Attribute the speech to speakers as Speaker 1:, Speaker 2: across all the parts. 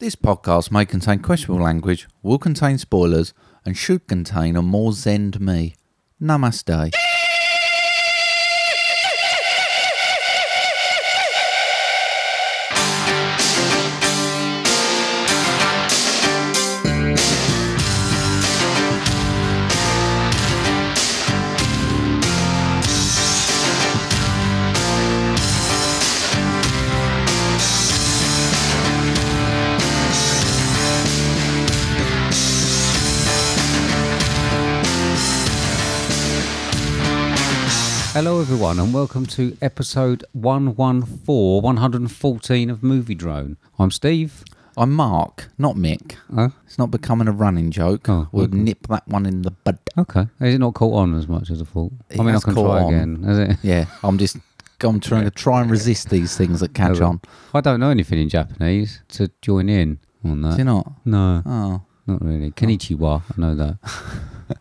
Speaker 1: This podcast may contain questionable language, will contain spoilers, and should contain a more zen to me. Namaste.
Speaker 2: Hello, everyone, and welcome to episode 114, 114 of Movie Drone. I'm Steve.
Speaker 1: I'm Mark, not Mick.
Speaker 2: Oh,
Speaker 1: It's not becoming a running joke.
Speaker 2: Oh,
Speaker 1: we'll
Speaker 2: okay.
Speaker 1: nip that one in the bud.
Speaker 2: okay. Is it not caught on as much as I thought?
Speaker 1: It
Speaker 2: I mean, I
Speaker 1: has
Speaker 2: can
Speaker 1: caught
Speaker 2: try
Speaker 1: on.
Speaker 2: again, is it?
Speaker 1: Yeah, I'm just I'm trying to try and resist these things that catch
Speaker 2: Hello.
Speaker 1: on.
Speaker 2: I don't know anything in Japanese to join in on
Speaker 1: Do you
Speaker 2: that.
Speaker 1: not?
Speaker 2: No,
Speaker 1: Oh,
Speaker 2: not really. Konnichiwa, I know that.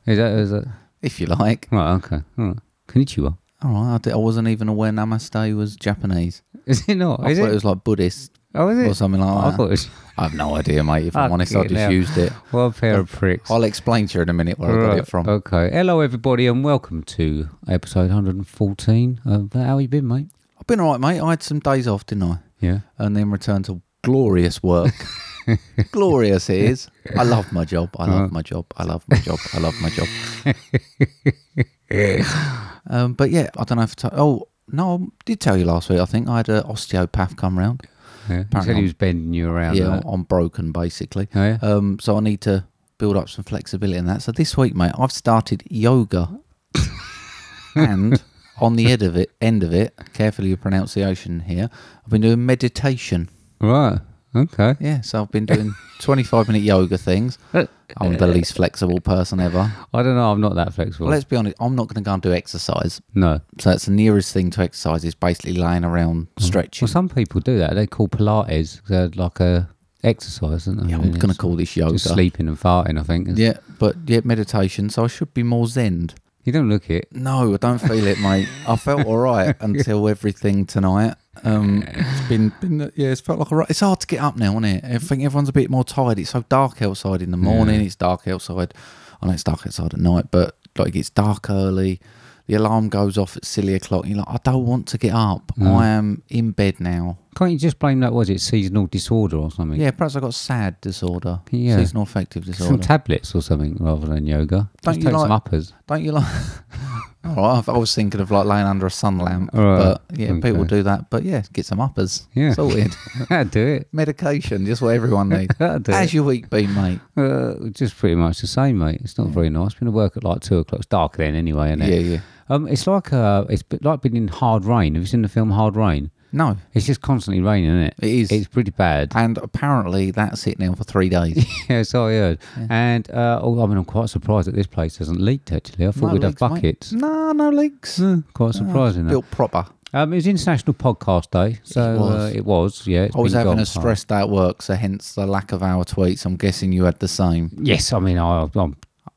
Speaker 2: is that, is that?
Speaker 1: if you like.
Speaker 2: Right, okay. All right. Konnichiwa.
Speaker 1: All right, I, di- I wasn't even aware Namaste was Japanese.
Speaker 2: Is it not?
Speaker 1: I
Speaker 2: Is
Speaker 1: thought
Speaker 2: it?
Speaker 1: it was like Buddhist
Speaker 2: oh, is it?
Speaker 1: or something like
Speaker 2: I
Speaker 1: that.
Speaker 2: thought it was.
Speaker 1: I have no idea, mate. If I'm
Speaker 2: Fuck
Speaker 1: honest, I
Speaker 2: it
Speaker 1: just
Speaker 2: now.
Speaker 1: used it.
Speaker 2: What a pair of pricks.
Speaker 1: I'll explain to you in a minute where I got
Speaker 2: Right,
Speaker 1: it from.
Speaker 2: Okay. Hello, everybody, and welcome to episode 114. Of, how you been, mate?
Speaker 1: I've been all right, mate. I had some days off, didn't I?
Speaker 2: Yeah.
Speaker 1: And then returned to glorious work. glorious it is. I love my job. I love my job. I love my job. I love my job. um, but yeah, I don't know if. T- oh, no, I did tell you last week, I think. I had an osteopath come round.
Speaker 2: yeah. You said
Speaker 1: Apparently
Speaker 2: he was bending you around.
Speaker 1: yeah,
Speaker 2: Yeah.
Speaker 1: I'm, I'm broken, basically.
Speaker 2: Oh, yeah?
Speaker 1: Um, so I need to build up some flexibility in that. So this week, mate, I've started yoga, and on the end of it, end of it, carefully your pronunciation here. I've been doing meditation.
Speaker 2: Right. Okay.
Speaker 1: Yeah, so I've been doing 25 minute yoga things. I'm the least flexible person ever.
Speaker 2: I don't know. I'm not that flexible.
Speaker 1: Well, let's be honest, I'm not going to go and do exercise.
Speaker 2: no.
Speaker 1: So that's the nearest thing to exercise is basically lying around stretching.
Speaker 2: Well, some people do that. They call Pilates they're like a exercise, isn't they?
Speaker 1: yeah, I'm going to call this yoga.
Speaker 2: Just sleeping and farting, I think.
Speaker 1: Yeah, but yeah, meditation. So I should be more zen.
Speaker 2: You don't look it.
Speaker 1: No, I don't feel it, mate. I felt all right until everything tonight. Um, it's been, been, yeah, it's felt like all right. It's hard to get up now, isn't it? I think everyone's a bit more tired. It's so dark outside in the morning. It's dark outside. I know it's dark outside at night, but like it's dark early. The alarm goes off at silly o'clock. You're like, I don't want to get up. I am in bed now.
Speaker 2: Can't you just blame that? Was it seasonal disorder or something?
Speaker 1: Yeah, perhaps I got sad disorder,
Speaker 2: Yeah.
Speaker 1: seasonal affective
Speaker 2: Some
Speaker 1: disorder.
Speaker 2: tablets or something rather than yoga.
Speaker 1: Don't
Speaker 2: Just
Speaker 1: you
Speaker 2: take
Speaker 1: like-
Speaker 2: some uppers.
Speaker 1: Don't you like? All right, I I was Oh, thinking of like laying under a sun lamp,
Speaker 2: All right,
Speaker 1: but yeah, people
Speaker 2: okay.
Speaker 1: do that. But yeah, get some uppers.
Speaker 2: Yeah.
Speaker 1: sorted.
Speaker 2: do it.
Speaker 1: Medication, just what everyone needs.
Speaker 2: That'll do
Speaker 1: How's your week been, mate?
Speaker 2: Uh, just pretty much the same, mate. It's not very nice. Been to work at like two o'clock. It's dark then, anyway, isn't
Speaker 1: Yeah,
Speaker 2: it?
Speaker 1: yeah.
Speaker 2: Um, it's like uh, it's bit- like being in hard rain. Have you seen the film Hard Rain?
Speaker 1: No,
Speaker 2: It's just constantly raining, isn't it?
Speaker 1: it is.
Speaker 2: It's pretty bad.
Speaker 1: and apparently that's it now for three days.
Speaker 2: yeah, so I heard. And uh, oh, I mean, I'm quite surprised that this place hasn't leaked. Actually, I thought
Speaker 1: No
Speaker 2: we'd have
Speaker 1: leaks, mate.
Speaker 2: buckets.
Speaker 1: No, no leaks.
Speaker 2: Hmm, quite surprising. that.
Speaker 1: Built proper.
Speaker 2: um, it was International Podcast Day, so
Speaker 1: was.
Speaker 2: Uh, it was. Yeah, it's
Speaker 1: I was
Speaker 2: been
Speaker 1: having
Speaker 2: gone
Speaker 1: a
Speaker 2: past.
Speaker 1: stressed out work, so hence the lack of our tweets. I'm guessing you had the same.
Speaker 2: Yes, I mean, I, I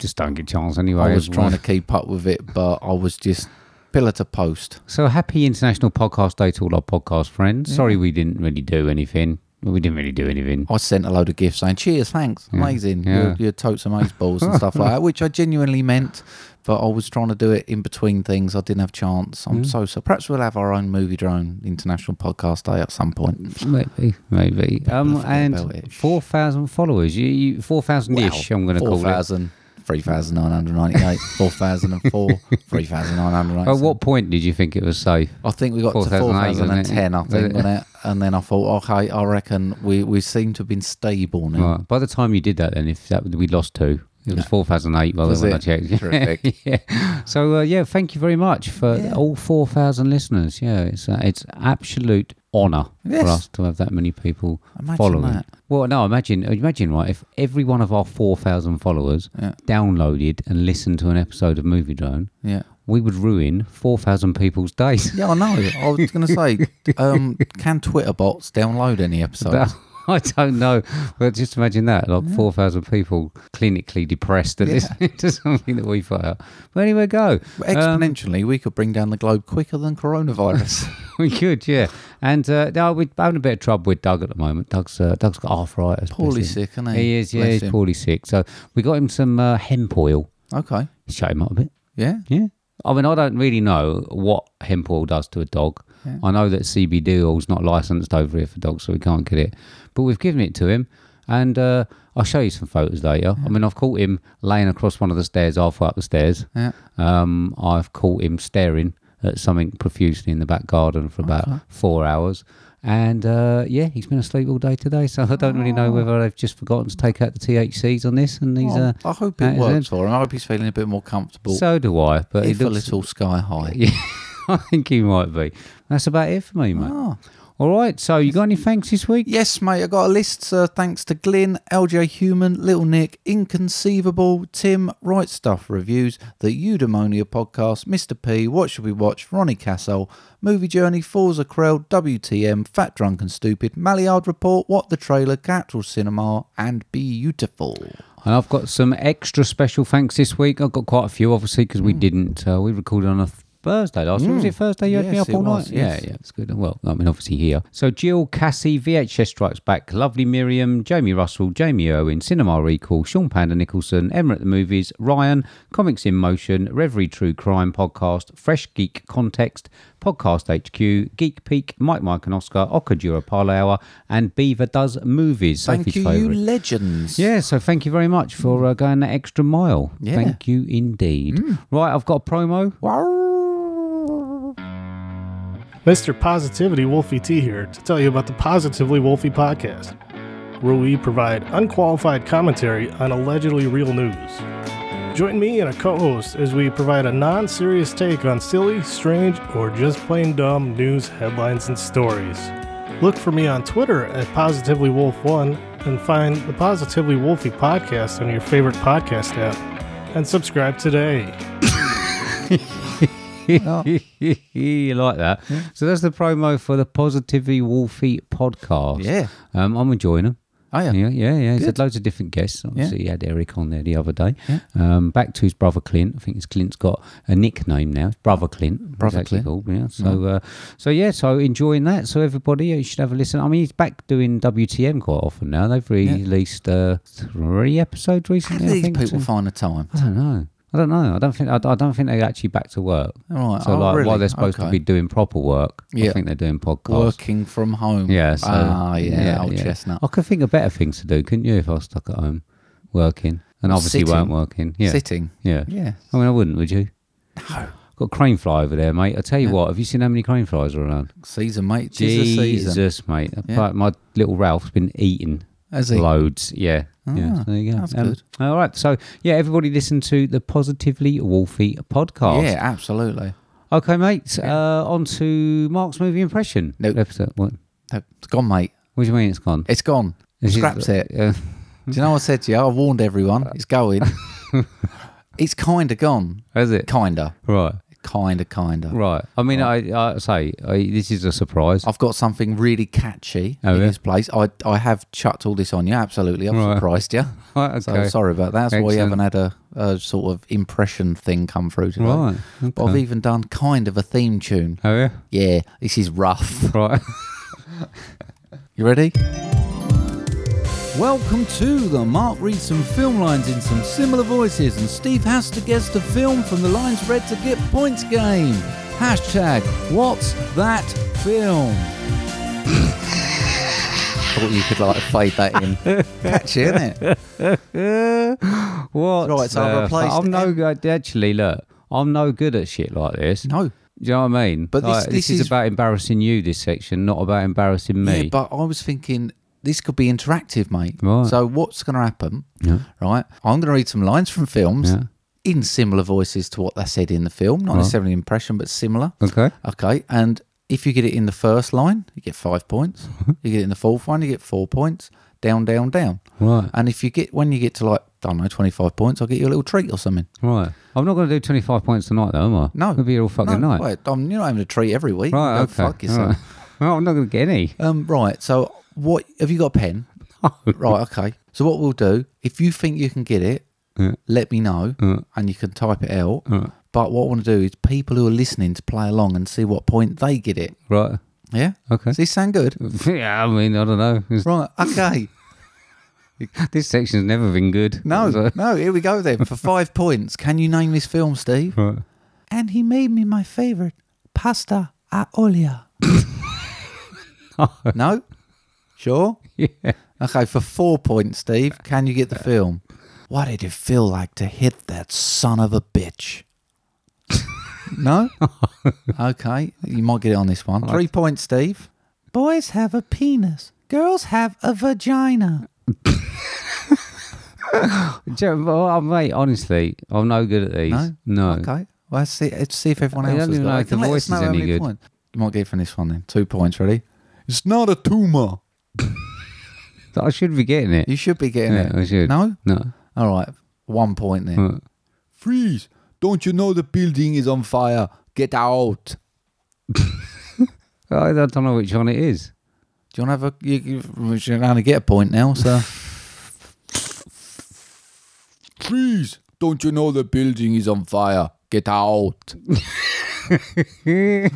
Speaker 2: just don't get a chance anyway.
Speaker 1: I was
Speaker 2: Everyone-
Speaker 1: trying to keep up with it, but I was just pillar to post.
Speaker 2: So happy International Podcast Day to all our podcast friends. Sorry we didn't really do anything. We didn't really do anything.
Speaker 1: I sent a load of gifts saying, cheers, thanks, amazing.
Speaker 2: yeah.
Speaker 1: Your, your totes and mace balls and stuff like that, which I genuinely meant, but I was trying to do it in between things. I didn't have chance.
Speaker 2: Mm.
Speaker 1: I'm so, so perhaps we'll have our own movie drone international podcast day at some point.
Speaker 2: Maybe, maybe. Um,
Speaker 1: forget about
Speaker 2: and
Speaker 1: it.
Speaker 2: four thousand followers. You, you four thousand ish. I'm going to call it.
Speaker 1: 4,000, 3,998, 4,004,
Speaker 2: At
Speaker 1: 3,998.
Speaker 2: what point did you think it was safe?
Speaker 1: I think we got to
Speaker 2: 4,008, wasn't it?
Speaker 1: 4,010, I think, wasn't it? And then I thought, okay, I reckon we, we seem to have been stable now.
Speaker 2: Right. By the time you did that, then if that we lost two, it was four thousand eight. By the
Speaker 1: Was
Speaker 2: way,
Speaker 1: it?
Speaker 2: I checked.
Speaker 1: Terrific.
Speaker 2: yeah. So uh, yeah, thank you very much for
Speaker 1: Yeah.
Speaker 2: all four thousand listeners. Yeah, it's uh, it's absolute honour
Speaker 1: Yes.
Speaker 2: for us to have that many people
Speaker 1: Imagine
Speaker 2: following.
Speaker 1: that.
Speaker 2: Well, no, imagine imagine right if every one of our four thousand followers
Speaker 1: Yeah.
Speaker 2: downloaded and listened to an episode of Movie Drone.
Speaker 1: Yeah.
Speaker 2: We would ruin four thousand people's days.
Speaker 1: Yeah, I know. I was going to say, um, can Twitter bots download any episodes?
Speaker 2: That- I don't know, but just imagine that like 4,000 people clinically depressed at listening to something that we put out. But anyway, go. Um,
Speaker 1: Exponentially, we could bring down the globe quicker than coronavirus.
Speaker 2: we could, yeah. And uh, no, we're having a bit of trouble with Doug at the moment. Doug's uh, Doug's got arthritis. bless
Speaker 1: Poorly
Speaker 2: him.
Speaker 1: sick, isn't he?
Speaker 2: He is, yeah,
Speaker 1: Bless
Speaker 2: he's
Speaker 1: him.
Speaker 2: poorly sick. So we got him some uh, hemp oil.
Speaker 1: Okay.
Speaker 2: Shut him up a bit.
Speaker 1: Yeah.
Speaker 2: Yeah. I mean, I don't really know what hemp oil does to a dog.
Speaker 1: Yeah.
Speaker 2: I know that CBD oil's not licensed over here for dogs, so we can't get it. But we've given it to him, and uh, I'll show you some photos later. I mean, I've caught him laying across one of the stairs, halfway up the stairs.
Speaker 1: Yeah.
Speaker 2: Um, I've caught him staring at something profusely in the back garden for about four hours. And uh, yeah, he's been asleep all day today, so I don't really know whether they've just forgotten to take out the THCs on this. And he's
Speaker 1: Well,
Speaker 2: uh,
Speaker 1: I hope
Speaker 2: that
Speaker 1: it
Speaker 2: is
Speaker 1: works for him. I hope he's feeling a bit more comfortable.
Speaker 2: so do I, but he
Speaker 1: if a
Speaker 2: looks
Speaker 1: little sky high.
Speaker 2: yeah, I think he might be. That's about it for me, mate.
Speaker 1: Ah.
Speaker 2: All right. So you got any thanks this week?
Speaker 1: Yes, mate, I got a list, sir. Thanks to Glyn, LJ Human, Little Nick, Inconceivable, Tim, Right Stuff Reviews, The Eudaimonia Podcast, Mr. P, What Should We Watch, Ronnie Castle, Movie Journey, Forza Krell, WTM, Fat Drunk and Stupid, Malliard Report, What the Trailer, Capital Cinema, and Beautiful.
Speaker 2: And I've got some extra special thanks this week. I've got quite a few, obviously, because
Speaker 1: Hmm.
Speaker 2: we didn't. Uh, we recorded on a Thursday last week. Was it Thursday? You had me
Speaker 1: Yes,
Speaker 2: up all
Speaker 1: it
Speaker 2: night.
Speaker 1: was, yes.
Speaker 2: Yeah, yeah, it's good. Well, I mean, obviously here. So Jill, Cassie, VHS Strikes Back, Lovely Miriam, Jamie Russell, Jamie Irwin, Cinema Recall, Sean Panda Nicholson, Emma at the Movies, Ryan, Comics in Motion, Reverie True Crime Podcast, Fresh Geek Context, Podcast HQ, Geek Peak, Mike, Mike and Oscar, Okajura Parlour Hour, and Beaver Does Movies.
Speaker 1: Thank
Speaker 2: Sophie's
Speaker 1: you, you
Speaker 2: favourite.
Speaker 1: legends.
Speaker 2: Yeah, so thank you very much for uh, going that extra mile.
Speaker 1: Yeah. Mm.
Speaker 2: Thank you indeed. Right, I've got a promo.
Speaker 1: Wow.
Speaker 3: Mr. Positivity Wolfie T here to tell you about the Positively Wolfie podcast, where we provide unqualified commentary on allegedly real news. Join me and a co host as we provide a non serious take on silly, strange, or just plain dumb news headlines and stories. Look for me on Twitter at PositivelyWolf1 and find the Positively Wolfie podcast on your favorite podcast app and subscribe today.
Speaker 2: you like that? So that's the promo for the Positivity Wolfie podcast.
Speaker 1: Yeah.
Speaker 2: Um, I'm enjoying them.
Speaker 1: Oh, yeah.
Speaker 2: Yeah, yeah, yeah. He's had loads of different guests. Obviously, he had Eric on there the other day. Um, back to his brother Clint. I think his Clint's got a nickname now. It's Brother Clint. he's
Speaker 1: Brother
Speaker 2: actually
Speaker 1: Clint. Mm.
Speaker 2: Called, yeah. So, uh, so yeah. So enjoying that. So everybody, you should have a listen. I mean, he's back doing WTM quite often now. They've released uh, three episodes
Speaker 1: How
Speaker 2: recently.
Speaker 1: do
Speaker 2: I
Speaker 1: these
Speaker 2: think,
Speaker 1: people
Speaker 2: so-
Speaker 1: find the time?
Speaker 2: I don't know. I don't know. I don't think. I, I don't think they're actually back to work.
Speaker 1: All right.
Speaker 2: So
Speaker 1: oh,
Speaker 2: like,
Speaker 1: really?
Speaker 2: while they're supposed
Speaker 1: Okay.
Speaker 2: to be doing proper work, I
Speaker 1: Yeah.
Speaker 2: think they're doing podcasts.
Speaker 1: working from home.
Speaker 2: Yeah. So,
Speaker 1: ah, yeah, old
Speaker 2: yeah.
Speaker 1: chestnut.
Speaker 2: I could think of better things to do, couldn't you, if I was stuck at home working and obviously
Speaker 1: Sitting.
Speaker 2: weren't working? Yeah.
Speaker 1: Sitting.
Speaker 2: Yeah.
Speaker 1: Yeah.
Speaker 2: I mean, I wouldn't, would you? No. Got crane fly over there, mate. I tell you what, have you seen how many crane flies are around?
Speaker 1: Season, mate. Jesus,
Speaker 2: Jesus,
Speaker 1: season.
Speaker 2: mate.
Speaker 1: Yeah.
Speaker 2: But my little Ralph's been eaten
Speaker 1: Has he? Ah,
Speaker 2: loads. Yeah. yeah. so there you go. Um,
Speaker 1: that's good.
Speaker 2: All right. So, yeah, everybody listen to the Positively Wolfie podcast.
Speaker 1: Yeah, absolutely.
Speaker 2: Okay, mate. Uh, on to Mark's movie impression.
Speaker 1: Nope.
Speaker 2: Episode. What?
Speaker 1: No, It's gone, mate.
Speaker 2: What do you mean it's gone?
Speaker 1: It's gone.
Speaker 2: This is- Uh,
Speaker 1: Scraps it.
Speaker 2: Yeah.
Speaker 1: Do you know what I said to you? I warned everyone. It's going. it's kinda gone.
Speaker 2: Has it?
Speaker 1: Kinda.
Speaker 2: Right.
Speaker 1: Kinda, kinda.
Speaker 2: Right. I mean, I, I say I, this is a surprise.
Speaker 1: I've got something really catchy
Speaker 2: Oh,
Speaker 1: in
Speaker 2: yeah?
Speaker 1: this place. I I have chucked all this on you. Absolutely, I've
Speaker 2: Right.
Speaker 1: surprised you.
Speaker 2: Right, okay.
Speaker 1: Oh, So sorry about that. That's why you haven't
Speaker 2: Excellent.
Speaker 1: had a, a sort of impression thing come through today.
Speaker 2: Right,
Speaker 1: But I've even done kind of a theme tune.
Speaker 2: Oh yeah.
Speaker 1: Yeah, this is rough.
Speaker 2: Right.
Speaker 1: You ready? Welcome to the Mark reads some film lines in some similar voices, and Steve has to guess the film from the lines read to get points game. Hashtag What's That Film? Thought you could like fade that in. Catchy, isn't it?
Speaker 2: what?
Speaker 1: Right, so I've
Speaker 2: the fu-
Speaker 1: replaced
Speaker 2: I'm no
Speaker 1: it.
Speaker 2: good. uh, Actually, look, I'm no good at shit like this.
Speaker 1: No.
Speaker 2: Do you know what I mean?
Speaker 1: But this-
Speaker 2: Like,
Speaker 1: this
Speaker 2: is,
Speaker 1: is-
Speaker 2: about embarrassing you. This section, not about embarrassing me.
Speaker 1: Yeah, but I was thinking this could be interactive, mate.
Speaker 2: Right.
Speaker 1: So what's going to happen?
Speaker 2: Yeah.
Speaker 1: Right. I'm going to read some lines from films
Speaker 2: Yeah.
Speaker 1: in similar voices to what they said in the film, not necessarily impression, but similar.
Speaker 2: okay.
Speaker 1: Okay, and if you get it in the first line, you get five points. you get it in the fourth one, you get four points. Down, down, down.
Speaker 2: Right.
Speaker 1: And if you get when you get to like I don't know twenty five points, I'll get you a little treat or something.
Speaker 2: Right. I'm not going to do 25 points tonight, though, am I?
Speaker 1: No,
Speaker 2: It'll be all fucking
Speaker 1: no,
Speaker 2: night.
Speaker 1: Wait, I'm, you're not having a treat every week.
Speaker 2: Right.
Speaker 1: Go
Speaker 2: okay.
Speaker 1: Fuck yourself.
Speaker 2: all right. Well, I'm not going to get any.
Speaker 1: Um, right. So what have you got a pen? right, okay. So what we'll do, if you think you can get it, let me know and you can type it out. But what I want to do is people who are listening to play along and see what point they get it.
Speaker 2: Right.
Speaker 1: Yeah?
Speaker 2: Okay.
Speaker 1: Does this sound good?
Speaker 2: yeah, I mean, I don't know. It's-
Speaker 1: Right, okay.
Speaker 2: This section's never been good.
Speaker 1: No,
Speaker 2: So-
Speaker 1: no, here we go then. For five points, can you name this film, Steve?
Speaker 2: Right.
Speaker 1: And he made me my favourite pasta a olio. no? Sure?
Speaker 2: Yeah.
Speaker 1: Okay, for four points, Steve, can you get the film? What did it feel like to hit that son of a bitch? no? Okay, you might get it on this one. Three points, Steve. Boys have a penis, girls have a vagina.
Speaker 2: Joe, well, oh, mate, honestly, I'm no good at these.
Speaker 1: No?
Speaker 2: No.
Speaker 1: Okay, well, let's see, let's see if everyone
Speaker 2: I
Speaker 1: else
Speaker 2: don't
Speaker 1: has
Speaker 2: even
Speaker 1: got
Speaker 2: know
Speaker 1: it.
Speaker 2: if the
Speaker 1: Can let us
Speaker 2: voice is
Speaker 1: know how
Speaker 2: any
Speaker 1: many
Speaker 2: good.
Speaker 1: points- You might get it from this one then. Two points, ready? It's not a tumour.
Speaker 2: I should be getting it.
Speaker 1: You should be getting
Speaker 2: Yeah,
Speaker 1: it.
Speaker 2: I should.
Speaker 1: No?
Speaker 2: No.
Speaker 1: All right, one point then.
Speaker 2: Right.
Speaker 1: Freeze! Don't you know the building is on fire? Get out!
Speaker 2: I don't know which one it is.
Speaker 1: Do you want to have a? You, you, you're going to get a point now, sir. Freeze! Don't you know the building is on fire? Get out!
Speaker 2: I,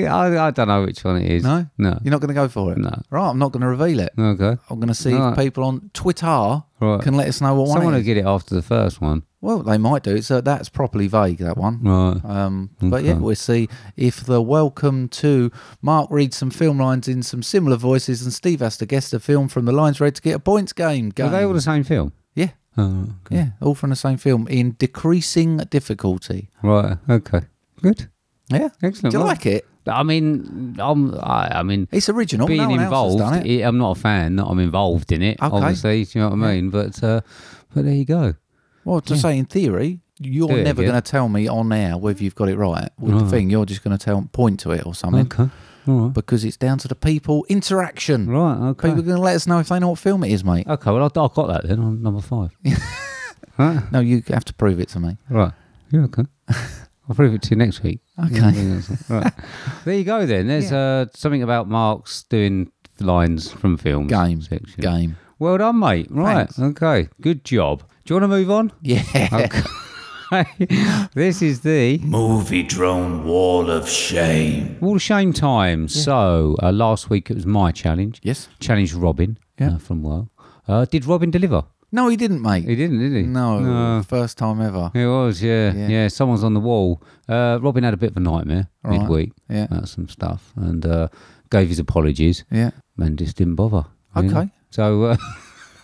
Speaker 2: I don't know which one it is.
Speaker 1: No?
Speaker 2: No.
Speaker 1: You're not going to go for it.
Speaker 2: No.
Speaker 1: Right, I'm not going to reveal it.
Speaker 2: Okay.
Speaker 1: I'm going to see
Speaker 2: Right.
Speaker 1: if people on Twitter
Speaker 2: Right.
Speaker 1: can let us know what
Speaker 2: Someone
Speaker 1: one it
Speaker 2: will
Speaker 1: is.
Speaker 2: get it after the first one.
Speaker 1: Well, they might do. So that's properly vague. That one.
Speaker 2: Right.
Speaker 1: Um, But yeah, we'll see if the welcome to Mark reads some film lines in some similar voices, and Steve has to guess the film from the lines read to get a points game.
Speaker 2: Are
Speaker 1: game.
Speaker 2: they all the same film?
Speaker 1: yeah,
Speaker 2: Oh, okay.
Speaker 1: yeah, all from the same film in decreasing difficulty.
Speaker 2: Right. Okay. Good.
Speaker 1: Yeah,
Speaker 2: Excellent.
Speaker 1: Do you
Speaker 2: Well,
Speaker 1: like it?
Speaker 2: I mean, I'm. I, I mean,
Speaker 1: It's original.
Speaker 2: being
Speaker 1: no one
Speaker 2: involved.
Speaker 1: else has done it.
Speaker 2: I'm not a fan. Not I'm involved in it.
Speaker 1: Okay.
Speaker 2: Obviously, do you know what I mean? But uh, but there you go.
Speaker 1: Well, to say in theory, you're
Speaker 2: Do it
Speaker 1: never
Speaker 2: again.
Speaker 1: going to tell me on air whether you've got it right with the thing. You're just going to tell point to it or something
Speaker 2: Oh. Okay. All right.
Speaker 1: because it's down to the people interaction.
Speaker 2: Right. Okay.
Speaker 1: People are going to let us know if they know what film it is, mate.
Speaker 2: Okay. Well, I, I got that then. on number five.
Speaker 1: No, you have to prove it to me.
Speaker 2: Right. Yeah, okay. I'll prove it to you next week.
Speaker 1: Okay.
Speaker 2: right. There you go then. There's uh, something about Mark's doing lines from films.
Speaker 1: Game.
Speaker 2: section.
Speaker 1: Game.
Speaker 2: Well done, mate. Right.
Speaker 1: Thanks.
Speaker 2: Okay. Good job. Do you want to move on?
Speaker 1: Yeah.
Speaker 2: this is the
Speaker 4: Movie drone wall of shame.
Speaker 2: Wall of Shame time. So uh, last week it was my challenge.
Speaker 1: Yes.
Speaker 2: Challenge Robin
Speaker 1: Yeah.
Speaker 2: uh, from Well. Uh, did Robin deliver?
Speaker 1: No, he didn't, mate.
Speaker 2: He didn't, did he?
Speaker 1: no,
Speaker 2: No.
Speaker 1: first time ever.
Speaker 2: It was, yeah, yeah.
Speaker 1: Yeah.
Speaker 2: someone's on the wall. Uh, Robin had a bit of a nightmare
Speaker 1: Right.
Speaker 2: midweek
Speaker 1: Yeah.
Speaker 2: about some stuff and uh, gave his apologies
Speaker 1: Yeah.
Speaker 2: and just didn't bother. really.
Speaker 1: Okay.
Speaker 2: So,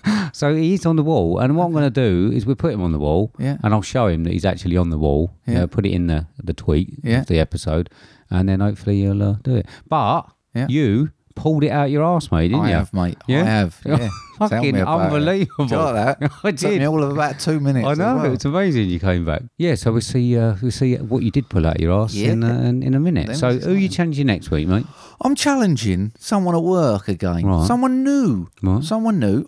Speaker 2: uh, so he's on the wall, and what I'm going to do is we put him on the wall,
Speaker 1: Yeah.
Speaker 2: and I'll show him that he's actually on the wall.
Speaker 1: Yeah.
Speaker 2: uh, put it in the the tweet
Speaker 1: Yeah.
Speaker 2: of the episode, and then hopefully you'll uh, do it. But
Speaker 1: Yeah.
Speaker 2: you pulled it out your arse, mate, didn't
Speaker 1: I
Speaker 2: you?
Speaker 1: have, mate.
Speaker 2: Yeah?
Speaker 1: I have. Yeah. Tell me
Speaker 2: Fucking
Speaker 1: about it.
Speaker 2: unbelievable.
Speaker 1: Do you like that?
Speaker 2: I
Speaker 1: Took
Speaker 2: did.
Speaker 1: me all of about two minutes.
Speaker 2: I
Speaker 1: as
Speaker 2: know
Speaker 1: well.
Speaker 2: it's amazing you came back. Yeah, so we see uh, we see what you did pull out your ass
Speaker 1: Yeah.
Speaker 2: in, uh, in in a minute.
Speaker 1: Them
Speaker 2: so
Speaker 1: was
Speaker 2: who you challenging next week, mate?
Speaker 1: I'm challenging someone at work again.
Speaker 2: Right.
Speaker 1: Someone new.
Speaker 2: Right.
Speaker 1: Someone new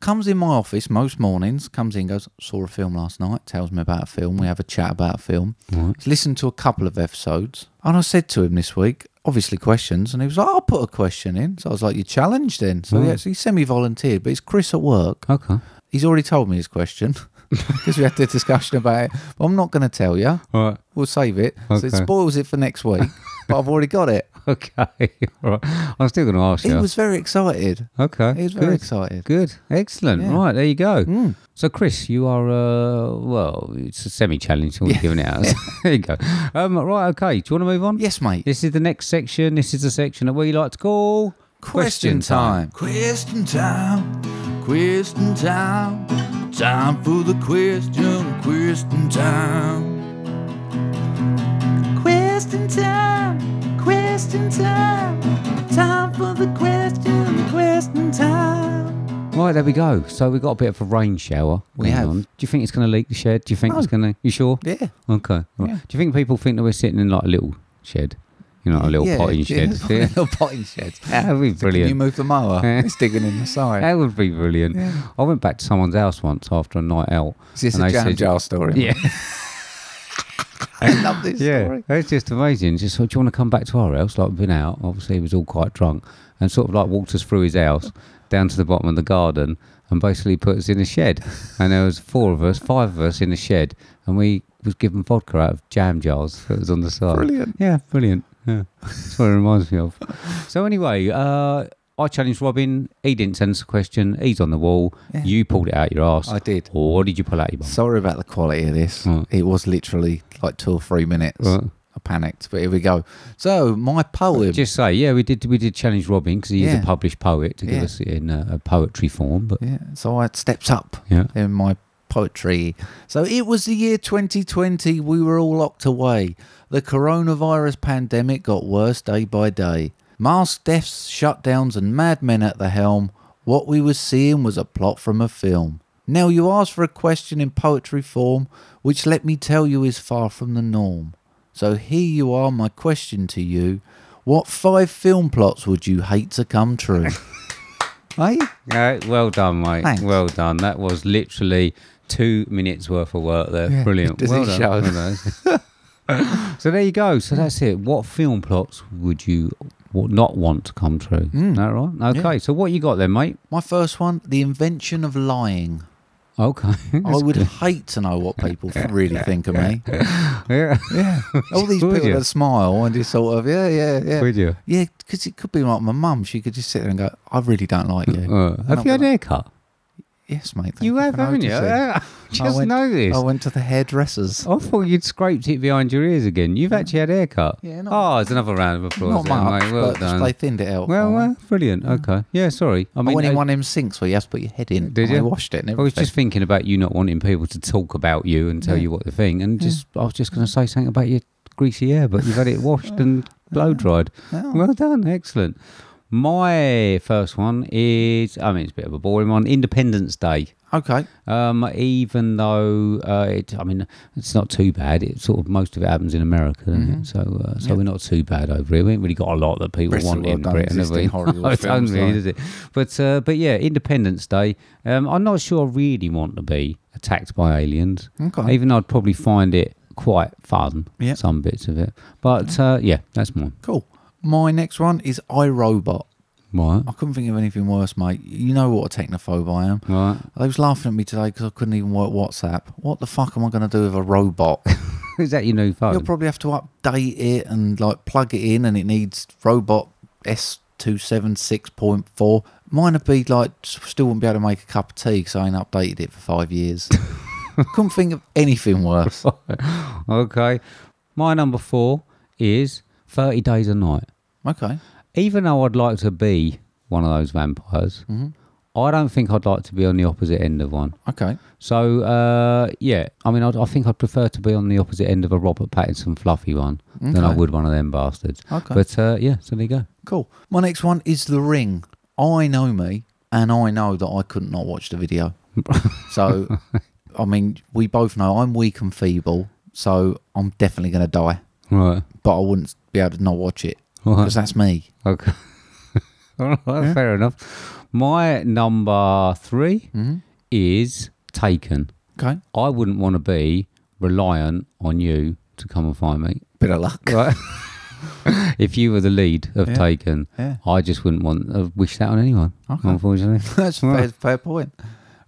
Speaker 1: comes in my office most mornings, comes in, goes, saw a film last night, tells me about a film. We have a chat about a film. He's listened to a couple of episodes. And I said to him this week, obviously questions. And he was like, I'll put a question in. So I was like, you're challenged then. So he actually semi volunteered, but it's Chris at work.
Speaker 2: Okay.
Speaker 1: He's already told me his question because we had the discussion about it. But I'm not going to tell you.
Speaker 2: All right.
Speaker 1: We'll save it. So it
Speaker 2: Okay.
Speaker 1: spoils it for next week. but I've already got it.
Speaker 2: Okay. All right. I'm still going to ask
Speaker 1: He
Speaker 2: you.
Speaker 1: was very excited.
Speaker 2: okay.
Speaker 1: He was very
Speaker 2: good.
Speaker 1: excited. Mm.
Speaker 2: Good. Excellent.
Speaker 1: Yeah.
Speaker 2: Right. There you go. So, Chris, you are, uh, well, it's a semi challenge. We're giving it out. there you go. Um, right. Okay. Do you want to move on?
Speaker 1: Yes, mate.
Speaker 2: This is the next section. This is the section that we like to call
Speaker 1: Question time.
Speaker 4: Question time, question time, time for the question, question time. Question time, question time, time for the question, question time.
Speaker 2: Right, there we go. So we got a bit of a rain shower.
Speaker 1: We
Speaker 2: going
Speaker 1: have.
Speaker 2: on. Do you think it's going to leak the shed? Do you think it's going to? You sure?
Speaker 1: Yeah.
Speaker 2: Okay. all right.
Speaker 1: Yeah.
Speaker 2: Do you think people think that we're sitting in like a little shed? You know, a little
Speaker 1: yeah,
Speaker 2: potting
Speaker 1: yeah,
Speaker 2: shed. Yeah.
Speaker 1: little potting shed.
Speaker 2: That would be
Speaker 1: Can you
Speaker 2: brilliant.
Speaker 1: move the mower?
Speaker 2: Yeah.
Speaker 1: It's digging in the side.
Speaker 2: That would be brilliant. I went back to someone's house once after a night out.
Speaker 1: Is this
Speaker 2: and
Speaker 1: a
Speaker 2: they
Speaker 1: jam
Speaker 2: said-
Speaker 1: jar story?
Speaker 2: Yeah.
Speaker 1: I love this
Speaker 2: Yeah,
Speaker 1: story.
Speaker 2: that's just amazing. Just "Oh, do you want to come back to our house? Like we've been out. Obviously, he was all quite drunk, and sort of like walked us through his house down to the bottom of the garden, and basically put us in a shed. And there was four of us, five of us in a shed, and we was given vodka out of jam jars that was on the side.
Speaker 1: Brilliant.
Speaker 2: Yeah, brilliant. Yeah, that's what it reminds me of. So anyway, uh, I challenged Robin. He didn't send us a question. He's on the wall.
Speaker 1: Yeah.
Speaker 2: You pulled it out your ass.
Speaker 1: I did.
Speaker 2: Or what did you pull out your bum?
Speaker 1: Sorry about the quality of this.
Speaker 2: Right.
Speaker 1: It was literally like two or three minutes.
Speaker 2: Right.
Speaker 1: I panicked, but here we go. So my poem.
Speaker 2: Just say, yeah, we did. We did challenge Robin because he is
Speaker 1: Yeah.
Speaker 2: a published poet to give
Speaker 1: Yeah.
Speaker 2: us it in a, a poetry form. But
Speaker 1: yeah. So I stepped up
Speaker 2: yeah,
Speaker 1: in my poetry. So it was the year 2020. We were all locked away. The coronavirus pandemic got worse day by day. Mass deaths, shutdowns, and madmen at the helm. What we were seeing was a plot from a film. Now you asked for a question in poetry form, which let me tell you is far from the norm. So here you are, my question to you. What five film plots would you hate to come true? hey?
Speaker 2: Uh, well done, mate.
Speaker 1: Thanks.
Speaker 2: Well done. That was literally two minutes worth of work there.
Speaker 1: Yeah,
Speaker 2: Brilliant.
Speaker 1: does
Speaker 2: well
Speaker 1: it
Speaker 2: done.
Speaker 1: show?
Speaker 2: Well done. so there you go. So that's it. What film plots would you w- not want to come true?
Speaker 1: Hmm.
Speaker 2: Is that right? Okay. So what you got then, mate?
Speaker 1: My first one, the invention of lying.
Speaker 2: Okay.
Speaker 1: I would hate to know what people really think of me.
Speaker 2: yeah.
Speaker 1: Yeah, all these
Speaker 2: Would
Speaker 1: people
Speaker 2: you?
Speaker 1: that smile and just sort of yeah, yeah, yeah,
Speaker 2: Would you?
Speaker 1: yeah, because it could be like my mum. She could just sit there and go, "I really don't like you."
Speaker 2: Uh,
Speaker 1: And
Speaker 2: have
Speaker 1: I'll
Speaker 2: you
Speaker 1: be
Speaker 2: had a
Speaker 1: like,
Speaker 2: haircut?
Speaker 1: Yes, mate. thank
Speaker 2: You have,
Speaker 1: for
Speaker 2: haven't you?
Speaker 1: noticing."
Speaker 2: Yeah.
Speaker 1: I
Speaker 2: Just Oh,
Speaker 1: went-
Speaker 2: noticed.
Speaker 1: I went to the hairdressers.
Speaker 2: I thought you'd scraped it behind your ears again. You've actually had a haircut.
Speaker 1: Yeah,
Speaker 2: Oh,
Speaker 1: not-
Speaker 2: it's another round of
Speaker 1: Not
Speaker 2: applause. there,
Speaker 1: much,
Speaker 2: mate. Well
Speaker 1: but
Speaker 2: done.
Speaker 1: they thinned it out.
Speaker 2: well,
Speaker 1: for me.
Speaker 2: well, brilliant. Okay. Yeah, sorry. I
Speaker 1: I
Speaker 2: mean,
Speaker 1: went
Speaker 2: I-
Speaker 1: in one of them sinks where you have to put your head in.
Speaker 2: Did
Speaker 1: and I
Speaker 2: you?
Speaker 1: washed it and
Speaker 2: I was
Speaker 1: everything.
Speaker 2: just thinking about you not wanting people to talk about you and tell
Speaker 1: Yeah.
Speaker 2: you what the thing, and just I was just going to say something about your greasy hair, but you've had it washed and blow dried.
Speaker 1: Oh.
Speaker 2: Well done, excellent. My first one is, I mean, it's a bit of a boring one. Independence Day.
Speaker 1: okay.
Speaker 2: Um, even though uh, it, I mean, it's not too bad. It sort of most of it happens in America, doesn't
Speaker 1: Mm-hmm.
Speaker 2: it? So, uh, so we're not too bad over here. We ain't really got a lot that people
Speaker 1: Bristol
Speaker 2: want
Speaker 1: well
Speaker 2: in
Speaker 1: done
Speaker 2: Britain, have we?
Speaker 1: existing Hollywood
Speaker 2: No, it don't
Speaker 1: films,
Speaker 2: really,
Speaker 1: like.
Speaker 2: does it? But, uh, but yeah, Independence Day. Um, I'm not sure I really want to be attacked by aliens.
Speaker 1: Okay.
Speaker 2: Even though I'd probably find it quite fun.
Speaker 1: Yeah.
Speaker 2: Some bits of it, but uh, yeah, that's mine.
Speaker 1: Cool. My next one is iRobot.
Speaker 2: Right.
Speaker 1: I couldn't think of anything worse, mate. You know what a technophobe I am.
Speaker 2: Right.
Speaker 1: They was laughing at me today because I couldn't even work WhatsApp. What the fuck am I going to do with a robot?
Speaker 2: Is that your new phone?
Speaker 1: You'll probably have to update it and like plug it in, and it needs robot S two seven six point four. Mine would be like s- still wouldn't be able to make a cup of tea because I ain't updated it for five years. couldn't think of anything worse.
Speaker 2: okay. My number four is 30 Days a Night.
Speaker 1: Okay,
Speaker 2: Even though I'd like to be one of those vampires,
Speaker 1: Mm-hmm.
Speaker 2: I don't think I'd like to be on the opposite end of one.
Speaker 1: okay,
Speaker 2: So, uh, yeah, I mean, I'd, I think I'd prefer to be on the opposite end of a Robert Pattinson fluffy one than I
Speaker 1: Okay.
Speaker 2: would one of them bastards.
Speaker 1: Okay.
Speaker 2: But uh, yeah, so there you go.
Speaker 1: cool. My next one is The Ring. I know me, and I know that I couldn't not watch the video. So, I mean, we both know I'm weak and feeble, so I'm definitely going to die.
Speaker 2: Right.
Speaker 1: but I wouldn't be able to not watch it
Speaker 2: Right.
Speaker 1: because that's me.
Speaker 2: Okay. All right, Fair enough. My number 3
Speaker 1: Mm-hmm.
Speaker 2: is Taken.
Speaker 1: Okay,
Speaker 2: I wouldn't want to be reliant on you to come and find me.
Speaker 1: bit of luck.
Speaker 2: Right? if you were the lead of
Speaker 1: Yeah.
Speaker 2: Taken,
Speaker 1: Yeah.
Speaker 2: I just wouldn't want to wish that on anyone, unfortunately.
Speaker 1: that's a fair, fair point.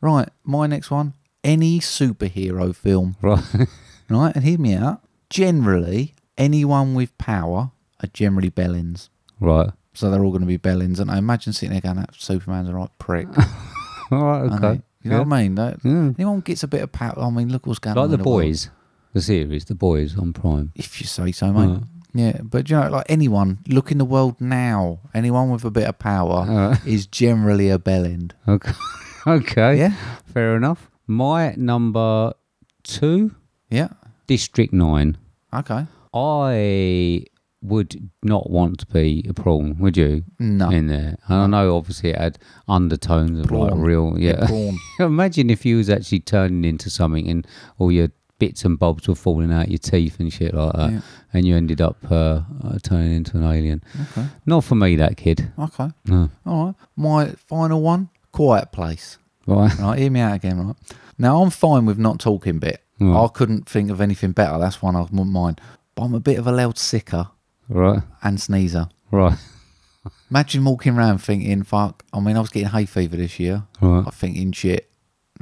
Speaker 1: Right, my next one: any superhero film.
Speaker 2: right.
Speaker 1: Right, and hear me out. Generally, anyone with power are generally bellends,
Speaker 2: Right.
Speaker 1: so they're all going to be bellends. And I imagine sitting there going, "That Superman's a right prick."
Speaker 2: All right.
Speaker 1: I
Speaker 2: Okay.
Speaker 1: know. You know
Speaker 2: Yeah.
Speaker 1: what I mean? That-
Speaker 2: Yeah.
Speaker 1: Anyone gets a bit of power. I mean, look what's going on.
Speaker 2: Like the
Speaker 1: in world.
Speaker 2: boys, the series, the boys on Prime.
Speaker 1: if you say so, mate.
Speaker 2: Right.
Speaker 1: Yeah, but you know, like anyone, look in the world now. Anyone with a bit of power
Speaker 2: Right.
Speaker 1: is generally a bellend.
Speaker 2: Okay. okay.
Speaker 1: Yeah.
Speaker 2: Fair enough. My number two,
Speaker 1: Yeah.
Speaker 2: District Nine.
Speaker 1: Okay.
Speaker 2: I would not want to be a prawn, would you?
Speaker 1: No.
Speaker 2: In there, and I know obviously it had undertones of like
Speaker 1: Prawn.
Speaker 2: real, yeah.
Speaker 1: Prawn.
Speaker 2: Imagine if you was actually turning into something and all your bits and bobs were falling out your teeth and shit like that,
Speaker 1: Yeah.
Speaker 2: and you ended up uh, uh, turning into an alien.
Speaker 1: Okay.
Speaker 2: Not for me, that kid.
Speaker 1: Okay.
Speaker 2: No.
Speaker 1: All right. My final one. Quiet place.
Speaker 2: Oh. Right.
Speaker 1: Right. Hear me out again. Right. Now I'm fine with not talking bit.
Speaker 2: Hmm.
Speaker 1: I couldn't think of anything better. That's one I wouldn't mind. But I'm a bit of a loud sicker
Speaker 2: Right.
Speaker 1: and sneezer.
Speaker 2: Right.
Speaker 1: Imagine walking around thinking, fuck, I mean, I was getting hay fever this year.
Speaker 2: Right.
Speaker 1: I'm thinking, shit,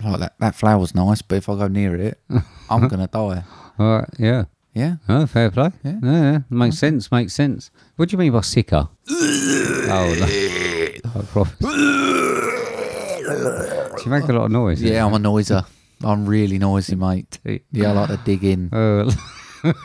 Speaker 1: like that, that flower's nice, but if I go near it, I'm going to die.
Speaker 2: All right. Yeah.
Speaker 1: Yeah.
Speaker 2: Oh, fair play.
Speaker 1: Yeah.
Speaker 2: Yeah, yeah. Makes sense. Makes sense. What do you mean by sicker? oh, no. Oh, proper. She makes a lot of noise.
Speaker 1: Yeah, I'm a noiser. I'm really noisy, mate. Yeah, I like to dig in.
Speaker 2: Oh,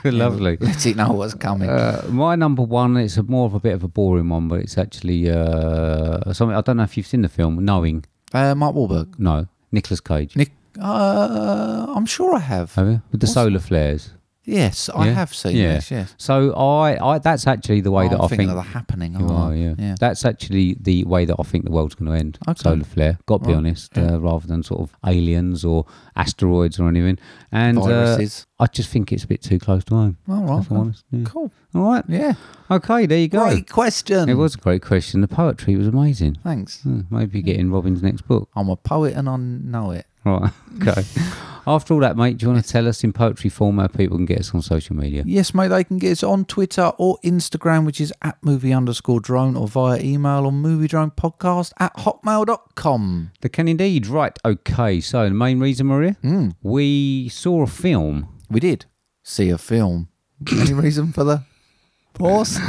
Speaker 2: lovely.
Speaker 1: Let it know what's coming.
Speaker 2: Uh, my number one, it's a more of a bit of a boring one, but it's actually uh, something. I don't know if you've seen the film Knowing.
Speaker 1: Uh, Mark Wahlberg.
Speaker 2: No, Nicolas Cage.
Speaker 1: Nick, uh, I'm sure I have.
Speaker 2: Have you? With the solar flares.
Speaker 1: Yes, I
Speaker 2: Yeah?
Speaker 1: have seen
Speaker 2: Yeah.
Speaker 1: this, yes.
Speaker 2: So I, I, that's actually the way
Speaker 1: Oh, I'm
Speaker 2: that I
Speaker 1: thinking
Speaker 2: think.
Speaker 1: of the happening.
Speaker 2: You
Speaker 1: aren't I?
Speaker 2: are, Oh, yeah. That's actually the way that I think the world's going to end.
Speaker 1: Okay.
Speaker 2: Solar flare. Got to be honest, uh, rather than sort of aliens or asteroids or anything. And uh,
Speaker 1: Viruses.
Speaker 2: I just think it's a bit too close to home.
Speaker 1: All right.
Speaker 2: if I'm honest. Yeah.
Speaker 1: Cool.
Speaker 2: All right.
Speaker 1: Yeah.
Speaker 2: Okay. There you go.
Speaker 1: Great question.
Speaker 2: It was a great question. The poetry was amazing.
Speaker 1: Thanks.
Speaker 2: Hmm, Maybe getting Robin's next book.
Speaker 1: I'm a poet and I know it.
Speaker 2: Right. Okay. After all that, mate, do you want to tell us in poetry form how people can get us on social media?
Speaker 1: Yes, mate, they can get us on Twitter or Instagram, which is at movie underscore drone, or via email on movie drone podcast at hotmail.com.
Speaker 2: They can indeed. Right. Okay. So the main reason, Maria,
Speaker 1: Hmm.
Speaker 2: we saw a film.
Speaker 1: We did see a film. Any reason for the pause?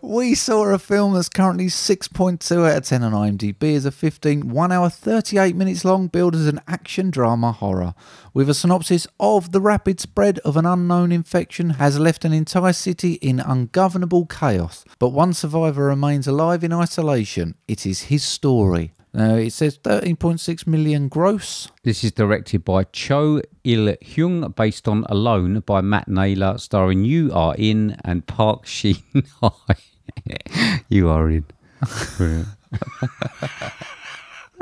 Speaker 1: we saw a film that's currently 6.2 out of 10 on IMDb is a 15, 1 hour 38 minutes long, billed as an action drama horror, with a synopsis of the rapid spread of an unknown infection has left an entire city in ungovernable chaos, but one survivor remains alive in isolation. It is his story. Now it says 13.6 million gross.
Speaker 2: This is directed by Cho Il Hyung, based on Alone by Matt Naylor, starring You Are In and Park Shin Hai. you Are In. Brilliant.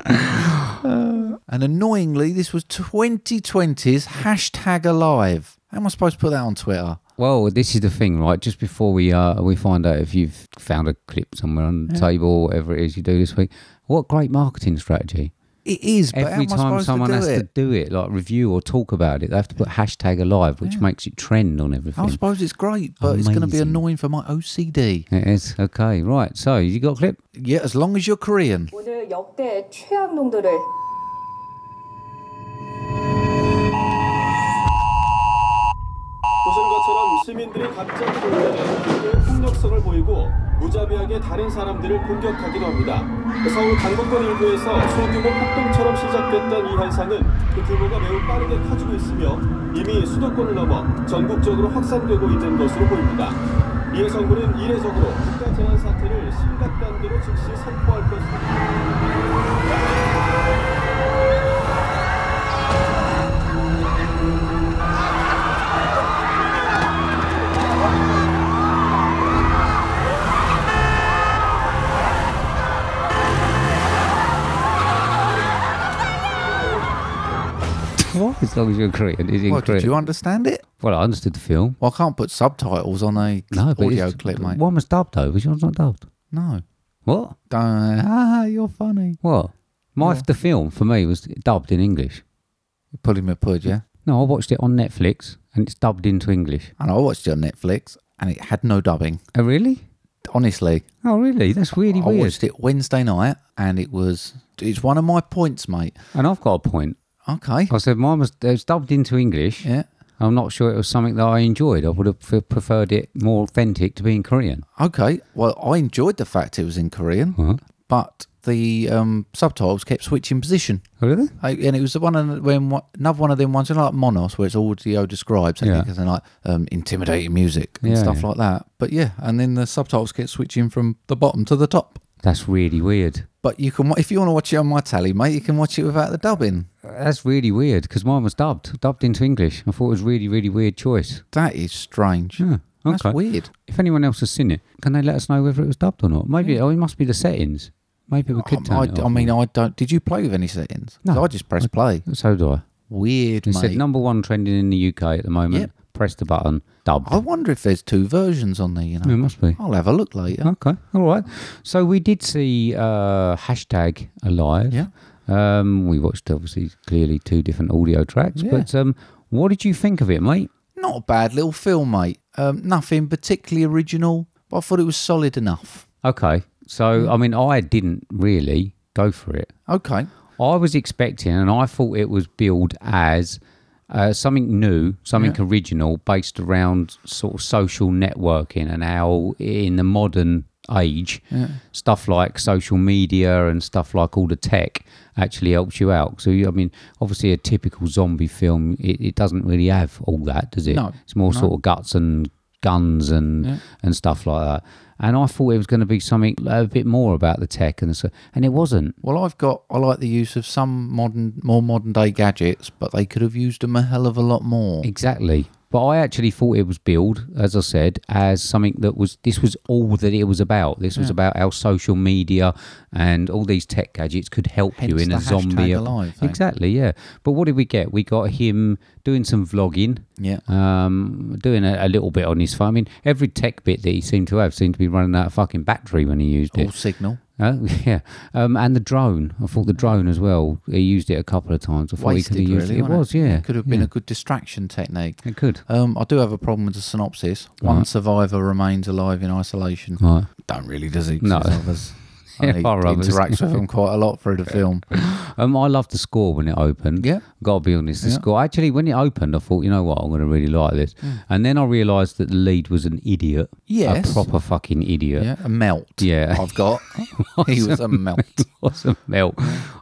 Speaker 1: And annoyingly, this was 2020's hashtag alive. How am I supposed to put that on Twitter?
Speaker 2: Well, this is the thing, right? Just before we uh, we find out if you've found a clip somewhere on the table or whatever it is you do this week, what great marketing strategy!
Speaker 1: It is, but how
Speaker 2: Every
Speaker 1: am I
Speaker 2: time
Speaker 1: supposed
Speaker 2: someone
Speaker 1: to do
Speaker 2: has
Speaker 1: it?
Speaker 2: to do it, like review or talk about it, they have to put hashtag alive, which makes it trend on everything.
Speaker 1: I suppose it's great, but it's going to be
Speaker 2: Amazing.
Speaker 1: annoying for my OCD.
Speaker 2: It is okay, right? So you got a clip?
Speaker 1: Yeah, as long as you're Korean.
Speaker 5: 오늘 역대 최악 농도를
Speaker 6: 보신 것처럼 시민들이 갑자기 몰려내 극도의 폭력성을 보이고 무자비하게 다른 사람들을 공격하기도 합니다. 서울 강북권 일부에서 소규모 폭동처럼 시작됐던 이 현상은 그 규모가 매우 빠르게 커지고 있으며 이미 수도권을 넘어 전국적으로 확산되고 있는 것으로 보입니다. 이에 정부는 이례적으로 국가 재난 사태를 심각 단계로 즉시 선포할 것으로
Speaker 2: What? As long as you're Korean, it's in
Speaker 1: Well,
Speaker 2: Korean.
Speaker 1: did you understand it?
Speaker 2: well, I understood the film.
Speaker 1: Well, I can't put subtitles on a
Speaker 2: No, but
Speaker 1: audio
Speaker 2: it's-
Speaker 1: clip, mate.
Speaker 2: One was dubbed though. Which one's not dubbed?
Speaker 1: No.
Speaker 2: What?
Speaker 1: Don't, ah, you're funny.
Speaker 2: What? My the film for me was dubbed in English.
Speaker 1: You're pulling me pud, yeah?
Speaker 2: No, I watched it on Netflix and it's dubbed into English.
Speaker 1: And I watched it on Netflix, and it had no dubbing.
Speaker 2: Oh, really?
Speaker 1: Honestly,
Speaker 2: Oh, really? That's really
Speaker 1: I
Speaker 2: weird.
Speaker 1: watched it Wednesday night, and it was... It's one of my points, mate.
Speaker 2: And I've got a point.
Speaker 1: Okay.
Speaker 2: I said mine was, it was dubbed into English.
Speaker 1: Yeah.
Speaker 2: I'm not sure it was something that I enjoyed. I would have pre- preferred it more authentic to being Korean.
Speaker 1: Okay. Well, I enjoyed the fact it was in Korean,
Speaker 2: Uh-huh.
Speaker 1: but the um, subtitles kept switching position.
Speaker 2: Really?
Speaker 1: I, and it was the one and when one- another one of them ones you know, like Monos, where it's audio described, I
Speaker 2: Yeah.
Speaker 1: think, and then, like um, intimidating music and
Speaker 2: Yeah,
Speaker 1: stuff
Speaker 2: yeah.
Speaker 1: like that. But yeah, and then the subtitles kept switching from the bottom to the top.
Speaker 2: That's really weird.
Speaker 1: But you can, wa- if you want to watch it on my tally, mate, you can watch it without the dubbing.
Speaker 2: That's really weird because mine was dubbed, dubbed into English. I thought it was really, really weird choice.
Speaker 1: That is strange. That's
Speaker 2: Hmm, okay.
Speaker 1: weird.
Speaker 2: If anyone else has seen it, can they let us know whether it was dubbed or not? Maybe oh, it must be the settings. Maybe we could.
Speaker 1: Um, I,
Speaker 2: turn it
Speaker 1: I
Speaker 2: off.
Speaker 1: mean, I don't. Did you play with any settings?
Speaker 2: No.
Speaker 1: I just pressed play.
Speaker 2: so do I.
Speaker 1: Weird,
Speaker 2: It
Speaker 1: mate.
Speaker 2: said number one trending in the UK at the moment.
Speaker 1: Yep. Oh.
Speaker 2: Press the button. Dubbed.
Speaker 1: I wonder if there's two versions on there. You know,
Speaker 2: It must be.
Speaker 1: I'll have a look later.
Speaker 2: Okay, all right. So we did see uh, hashtag alive.
Speaker 1: Yeah.
Speaker 2: Um, we watched obviously clearly two different audio tracks,
Speaker 1: Yeah.
Speaker 2: but um, what did you think of it, mate?
Speaker 1: Not a bad little film, mate. Um, nothing particularly original, but I thought it was solid enough.
Speaker 2: Okay, so I mean, I didn't really go for it.
Speaker 1: Okay.
Speaker 2: I was expecting, and I thought it was billed as uh, something new, something original, based around sort of social networking and how in the modern age, stuff like social media and stuff like all the tech actually helps you out. So, you- I mean, obviously, a typical zombie film, it, it doesn't really have all that, does it?
Speaker 1: No.
Speaker 2: It's more sort of guts and guns and and stuff like that. And I thought it was going to be something a bit more about the tech and so, and it wasn't.
Speaker 1: Well, I've got. I like the use of some modern, more modern day gadgets, but they could have used them a hell of a lot more.
Speaker 2: Exactly. But I actually thought it was billed, as I said, as something that was this was all that it was about. This was about how social media and all these tech gadgets could help you
Speaker 1: Hence
Speaker 2: in
Speaker 1: the
Speaker 2: a zombie.
Speaker 1: hashtag alive eh? thing.
Speaker 2: exactly, yeah. But what did we get? We got him doing some vlogging.
Speaker 1: Yeah.
Speaker 2: Um, doing a, a little bit on his phone. I mean, every tech bit that he seemed to have seemed to be running out of fucking battery when he used it.
Speaker 1: All signal.
Speaker 2: Uh, yeah, um, and the drone. I thought the drone as well. He used it a couple of times. I thought he
Speaker 1: Wasted,
Speaker 2: could have used
Speaker 1: really.
Speaker 2: it. It
Speaker 1: wasn't
Speaker 2: was, yeah.
Speaker 1: Could have been
Speaker 2: yeah.
Speaker 1: a good distraction technique.
Speaker 2: It could.
Speaker 1: Um, I do have a problem with the synopsis. One
Speaker 2: Right.
Speaker 1: survivor remains alive in isolation.
Speaker 2: Right.
Speaker 1: Don't really, does he? 'Cause
Speaker 2: No.
Speaker 1: there's Others.
Speaker 2: Yeah,
Speaker 1: And he
Speaker 2: far others.
Speaker 1: interacts with him quite a lot through the film.
Speaker 2: Um, I loved the score when it opened.
Speaker 1: Yeah.
Speaker 2: Gotta be honest, the
Speaker 1: Yeah.
Speaker 2: score. Actually, when it opened, I thought, you know what, I'm gonna really like this. And then I realised that the lead was an idiot.
Speaker 1: Mm. Yes.
Speaker 2: A proper fucking idiot.
Speaker 1: Yeah, a melt.
Speaker 2: Yeah.
Speaker 1: I've got. he was a melt.
Speaker 2: was a melt.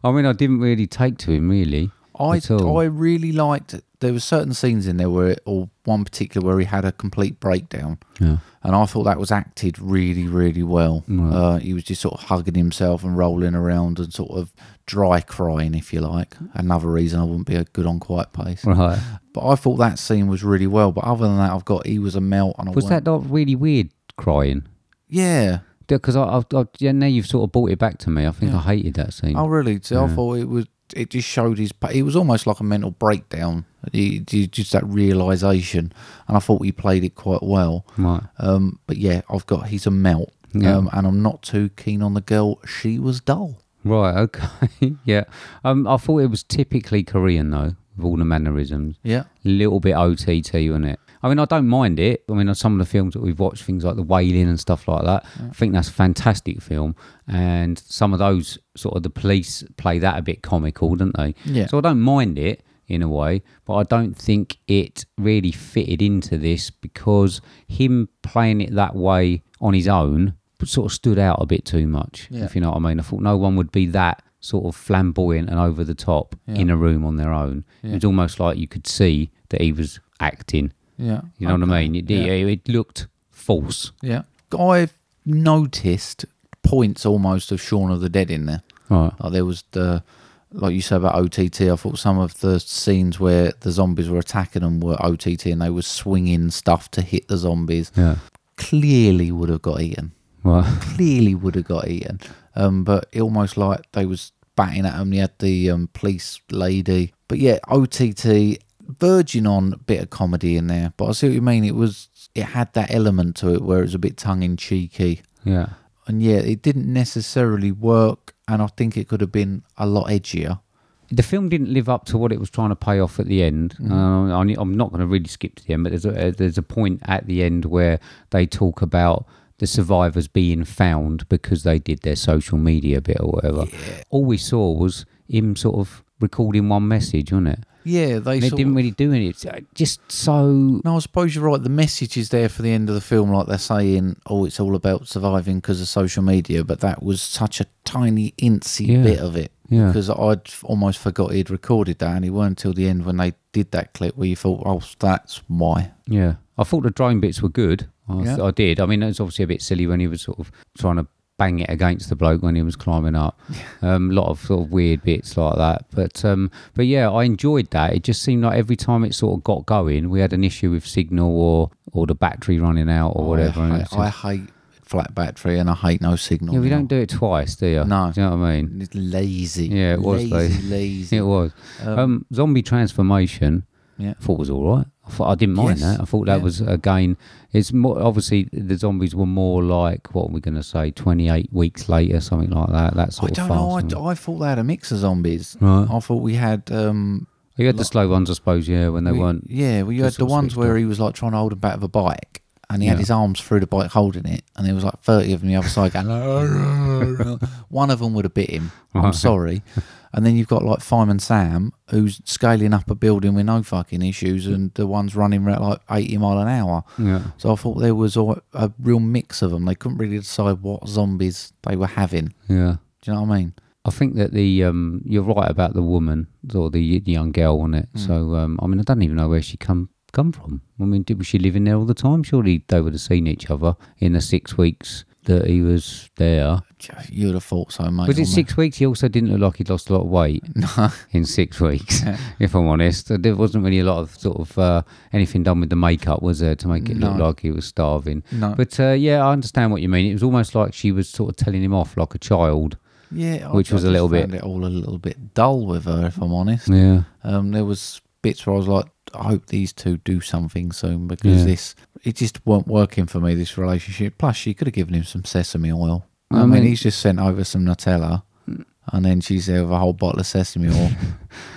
Speaker 2: I mean, I didn't really take to him really.
Speaker 1: I
Speaker 2: at all.
Speaker 1: I really liked. There were certain scenes in there where, or one particular where he had a complete breakdown,
Speaker 2: Yeah.
Speaker 1: and I thought that was acted really, really well. Uh, he was just sort of hugging himself and rolling around and sort of dry crying, if you like. Another reason I wouldn't be a good on quiet pace.
Speaker 2: Right.
Speaker 1: But I thought that scene was really well. But other than that, I've got he was a melt, and I
Speaker 2: Was
Speaker 1: went,
Speaker 2: that not really weird crying?
Speaker 1: Yeah.
Speaker 2: Because I, I, I, yeah, now you've sort of brought it back to me. I think I hated that scene.
Speaker 1: Oh, really? See, I thought it was. It just showed his. pa- It was almost like a mental breakdown. He- he- just that realization, and I thought he played it quite well.
Speaker 2: Right.
Speaker 1: Um, but yeah, I've got he's a melt,
Speaker 2: Yeah.
Speaker 1: um, and I'm not too keen on the girl. She was dull.
Speaker 2: Right. Okay. yeah. Um, I thought it was typically Korean though, with all the mannerisms.
Speaker 1: Yeah.
Speaker 2: little bit OTT on it. I mean, I don't mind it. I mean, on some of the films that we've watched, things like The Wailing and stuff like that, I think that's a fantastic film. And some of those, sort of the police play that a bit comical, don't they?
Speaker 1: Yeah.
Speaker 2: So I don't mind it in a way, but I don't think it really fitted into this because him playing it that way on his own sort of stood out a bit too much,
Speaker 1: Yeah.
Speaker 2: if you know what I mean. I thought no one would be that sort of flamboyant and over the top in a room on their own. It was almost like you could see that he was acting.
Speaker 1: Yeah.
Speaker 2: You know what I mean? It, it, it looked false.
Speaker 1: Yeah. I've noticed points almost of Shaun of the Dead in there.
Speaker 2: Right.
Speaker 1: Like there was the, like you said about OTT. I thought some of the scenes where the zombies were attacking them were OTT, and they were swinging stuff to hit the zombies.
Speaker 2: Yeah.
Speaker 1: Clearly would have got eaten.
Speaker 2: Right.
Speaker 1: Clearly would have got eaten. Um, but it almost like they was batting at him. They had the um, police lady. But yeah, OTT verging on a bit of comedy in there. But I see what you mean. It was it had that element to it where it was a bit tongue in cheeky
Speaker 2: Yeah.
Speaker 1: and yeah, it didn't necessarily work. And I think it could have been a lot edgier.
Speaker 2: the film didn't live up to what it was trying to pay off at the end. Uh, I ne- I'm not going to really skip to the end, but there's a, uh, there's a point at the end where they talk about the survivors being found because they did their social media bit or whatever. All we saw was him sort of recording one message, wasn't it?
Speaker 1: Yeah, they
Speaker 2: And it
Speaker 1: sort
Speaker 2: didn't
Speaker 1: of-
Speaker 2: really do any. It's uh, just so.
Speaker 1: No, I suppose you're right. The message is there for the end of the film, like they're saying, "Oh, it's all about surviving because of social media." But that was such a tiny, incy
Speaker 2: Yeah.
Speaker 1: bit of it
Speaker 2: Yeah.
Speaker 1: because I'd almost forgot he'd recorded that, and it weren't until the end when they did that clip where you thought, "Oh, that's why."
Speaker 2: Yeah, I thought the drone bits were good. I, th-
Speaker 1: Yeah.
Speaker 2: I did. I mean, it was obviously a bit silly when he was sort of trying to bang it against the bloke when he was climbing up. A um, lot of sort of weird bits like that. But um, but yeah, I enjoyed that. It just seemed like every time it sort of got going, we had an issue with signal or or the battery running out or whatever. and
Speaker 1: Oh, I,
Speaker 2: it's
Speaker 1: hate- I
Speaker 2: just-
Speaker 1: hate flat battery, and I hate no signal.
Speaker 2: yeah, we
Speaker 1: now.
Speaker 2: don't do it twice, do you?
Speaker 1: No.
Speaker 2: Do you know what I mean?
Speaker 1: It's lazy.
Speaker 2: Yeah, it was
Speaker 1: lazy,
Speaker 2: lazy.
Speaker 1: lazy.
Speaker 2: It was. Um, zombie transformation.
Speaker 1: Yeah.
Speaker 2: I thought was all right. I thought I didn't mind
Speaker 1: Yes.
Speaker 2: that. I thought that
Speaker 1: Yeah.
Speaker 2: was again. It's more obviously the zombies were more like what are we going to say? Twenty eight weeks later, something like that. That
Speaker 1: I
Speaker 2: sort
Speaker 1: don't
Speaker 2: of
Speaker 1: know. I,
Speaker 2: fast.
Speaker 1: I thought they had a mix of zombies.
Speaker 2: Right.
Speaker 1: I thought we had. Um,
Speaker 2: you had the slow ones, I suppose. Yeah, when they
Speaker 1: we-
Speaker 2: weren't.
Speaker 1: Yeah, well, you
Speaker 2: the
Speaker 1: had the
Speaker 2: sort of
Speaker 1: ones
Speaker 2: stuff.
Speaker 1: where he was like trying to hold the back of a bike, and he
Speaker 2: Yeah.
Speaker 1: had his arms through the bike holding it, and there was like thirty of them the other side going. One of them would have bit him. I'm
Speaker 2: Right.
Speaker 1: sorry. And then you've got like Fireman Sam, who's scaling up a building with no fucking issues, and the one's running at like 80 mile an hour.
Speaker 2: Yeah.
Speaker 1: So I thought there was a, a real mix of them. They couldn't really decide what zombies they were having.
Speaker 2: Yeah.
Speaker 1: Do you know what I mean?
Speaker 2: I think that the um, you're right about the woman or the, the young girl on it.
Speaker 1: Mm.
Speaker 2: So um, I mean, I don't even know where she come come from. I mean, did was she living there all the time? Surely they would have seen each other in the six weeks that he was there.
Speaker 1: You'd have thought so, mate.
Speaker 2: Was it
Speaker 1: wouldn't
Speaker 2: six weeks? He also didn't look like he'd lost a lot of weight
Speaker 1: No.
Speaker 2: in six weeks. if I'm honest, there wasn't really a lot of sort of uh, anything done with the makeup, was there, to make it look
Speaker 1: No.
Speaker 2: like he was starving.
Speaker 1: No.
Speaker 2: But uh, yeah, I understand what you mean. It was almost like she was sort of telling him off like a child.
Speaker 1: Yeah, I-
Speaker 2: Which
Speaker 1: I
Speaker 2: was a
Speaker 1: just
Speaker 2: little bit-
Speaker 1: found it all a little bit dull with her, if I'm honest.
Speaker 2: Yeah.
Speaker 1: Um, there was bits where I was like, I hope these two do something soon because
Speaker 2: Yeah.
Speaker 1: this it just weren't working for me. This relationship. Plus, she could have given him some sesame oil. I, mean,
Speaker 2: mean-
Speaker 1: he's just sent over some Nutella, and then she's there with a whole bottle of sesame oil.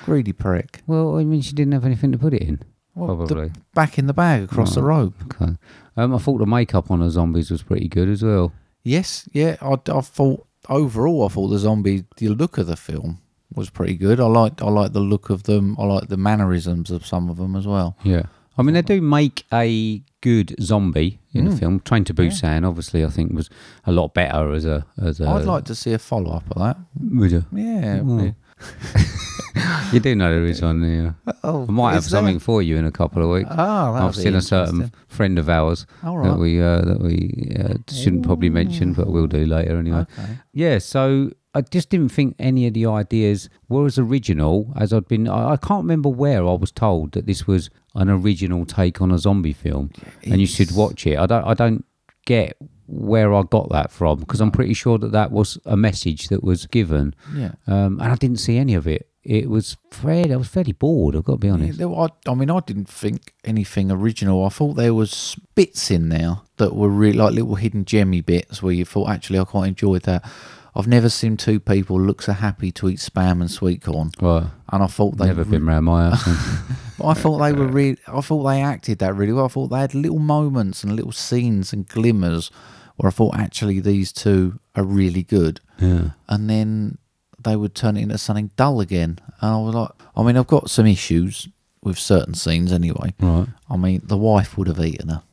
Speaker 1: Greedy prick.
Speaker 2: Well, I mean, she didn't have anything to put it in.
Speaker 1: Well, the-
Speaker 2: probably. Mm.
Speaker 1: Back in the bag across the rope.
Speaker 2: Okay. Um, I thought the makeup on the zombies was pretty good as well.
Speaker 1: Yes, yeah. I, I thought overall, I thought the zombie, the look of the film was pretty good. I liked, I liked the look of them. I liked the mannerisms of some of them as well.
Speaker 2: Yeah. I mean, they do make a good zombie in
Speaker 1: Mm.
Speaker 2: the film. Train to Busan, obviously, I think was a lot better as a as a.
Speaker 1: I'd like to see a follow up of that.
Speaker 2: Would you?
Speaker 1: Yeah.
Speaker 2: Well, You do know there is one. Yeah.
Speaker 1: Oh,
Speaker 2: I might have
Speaker 1: is there?
Speaker 2: something for you in a couple of weeks.
Speaker 1: Oh, that'll
Speaker 2: I've
Speaker 1: be
Speaker 2: seen a certain
Speaker 1: interesting.
Speaker 2: friend of ours
Speaker 1: All
Speaker 2: that
Speaker 1: right.
Speaker 2: we uh, that we uh, shouldn't probably mention, but we'll do later
Speaker 1: Uh,
Speaker 2: anyway. Yeah, so I just didn't think any of the ideas were as original as I'd been. I, I can't remember where I was told that this was an original take on a zombie film, and you should watch it. I don't. I don't get where I got that from because I'm pretty sure that that was a message that was given,
Speaker 1: Yeah.
Speaker 2: um, and I didn't see any of it. It was fairly. I was fairly bored. I've got to be
Speaker 1: Yeah,
Speaker 2: honest.
Speaker 1: there- I, I mean, I didn't think anything original. I thought there was bits in there that were really like little hidden gemmy bits where you thought, actually, I quite enjoyed that. I've never seen two people look so happy to eat spam and sweet corn,
Speaker 2: Well,
Speaker 1: and I thought they
Speaker 2: never been round my house. then.
Speaker 1: I thought they were really. I thought they acted that really well. I thought they had little moments and little scenes and glimmers where I thought actually these two are really good. Yeah. And then they would turn it into something dull again. And I was like, I mean, I've got some issues with certain scenes anyway.
Speaker 2: Right.
Speaker 1: I mean, the wife would have eaten her.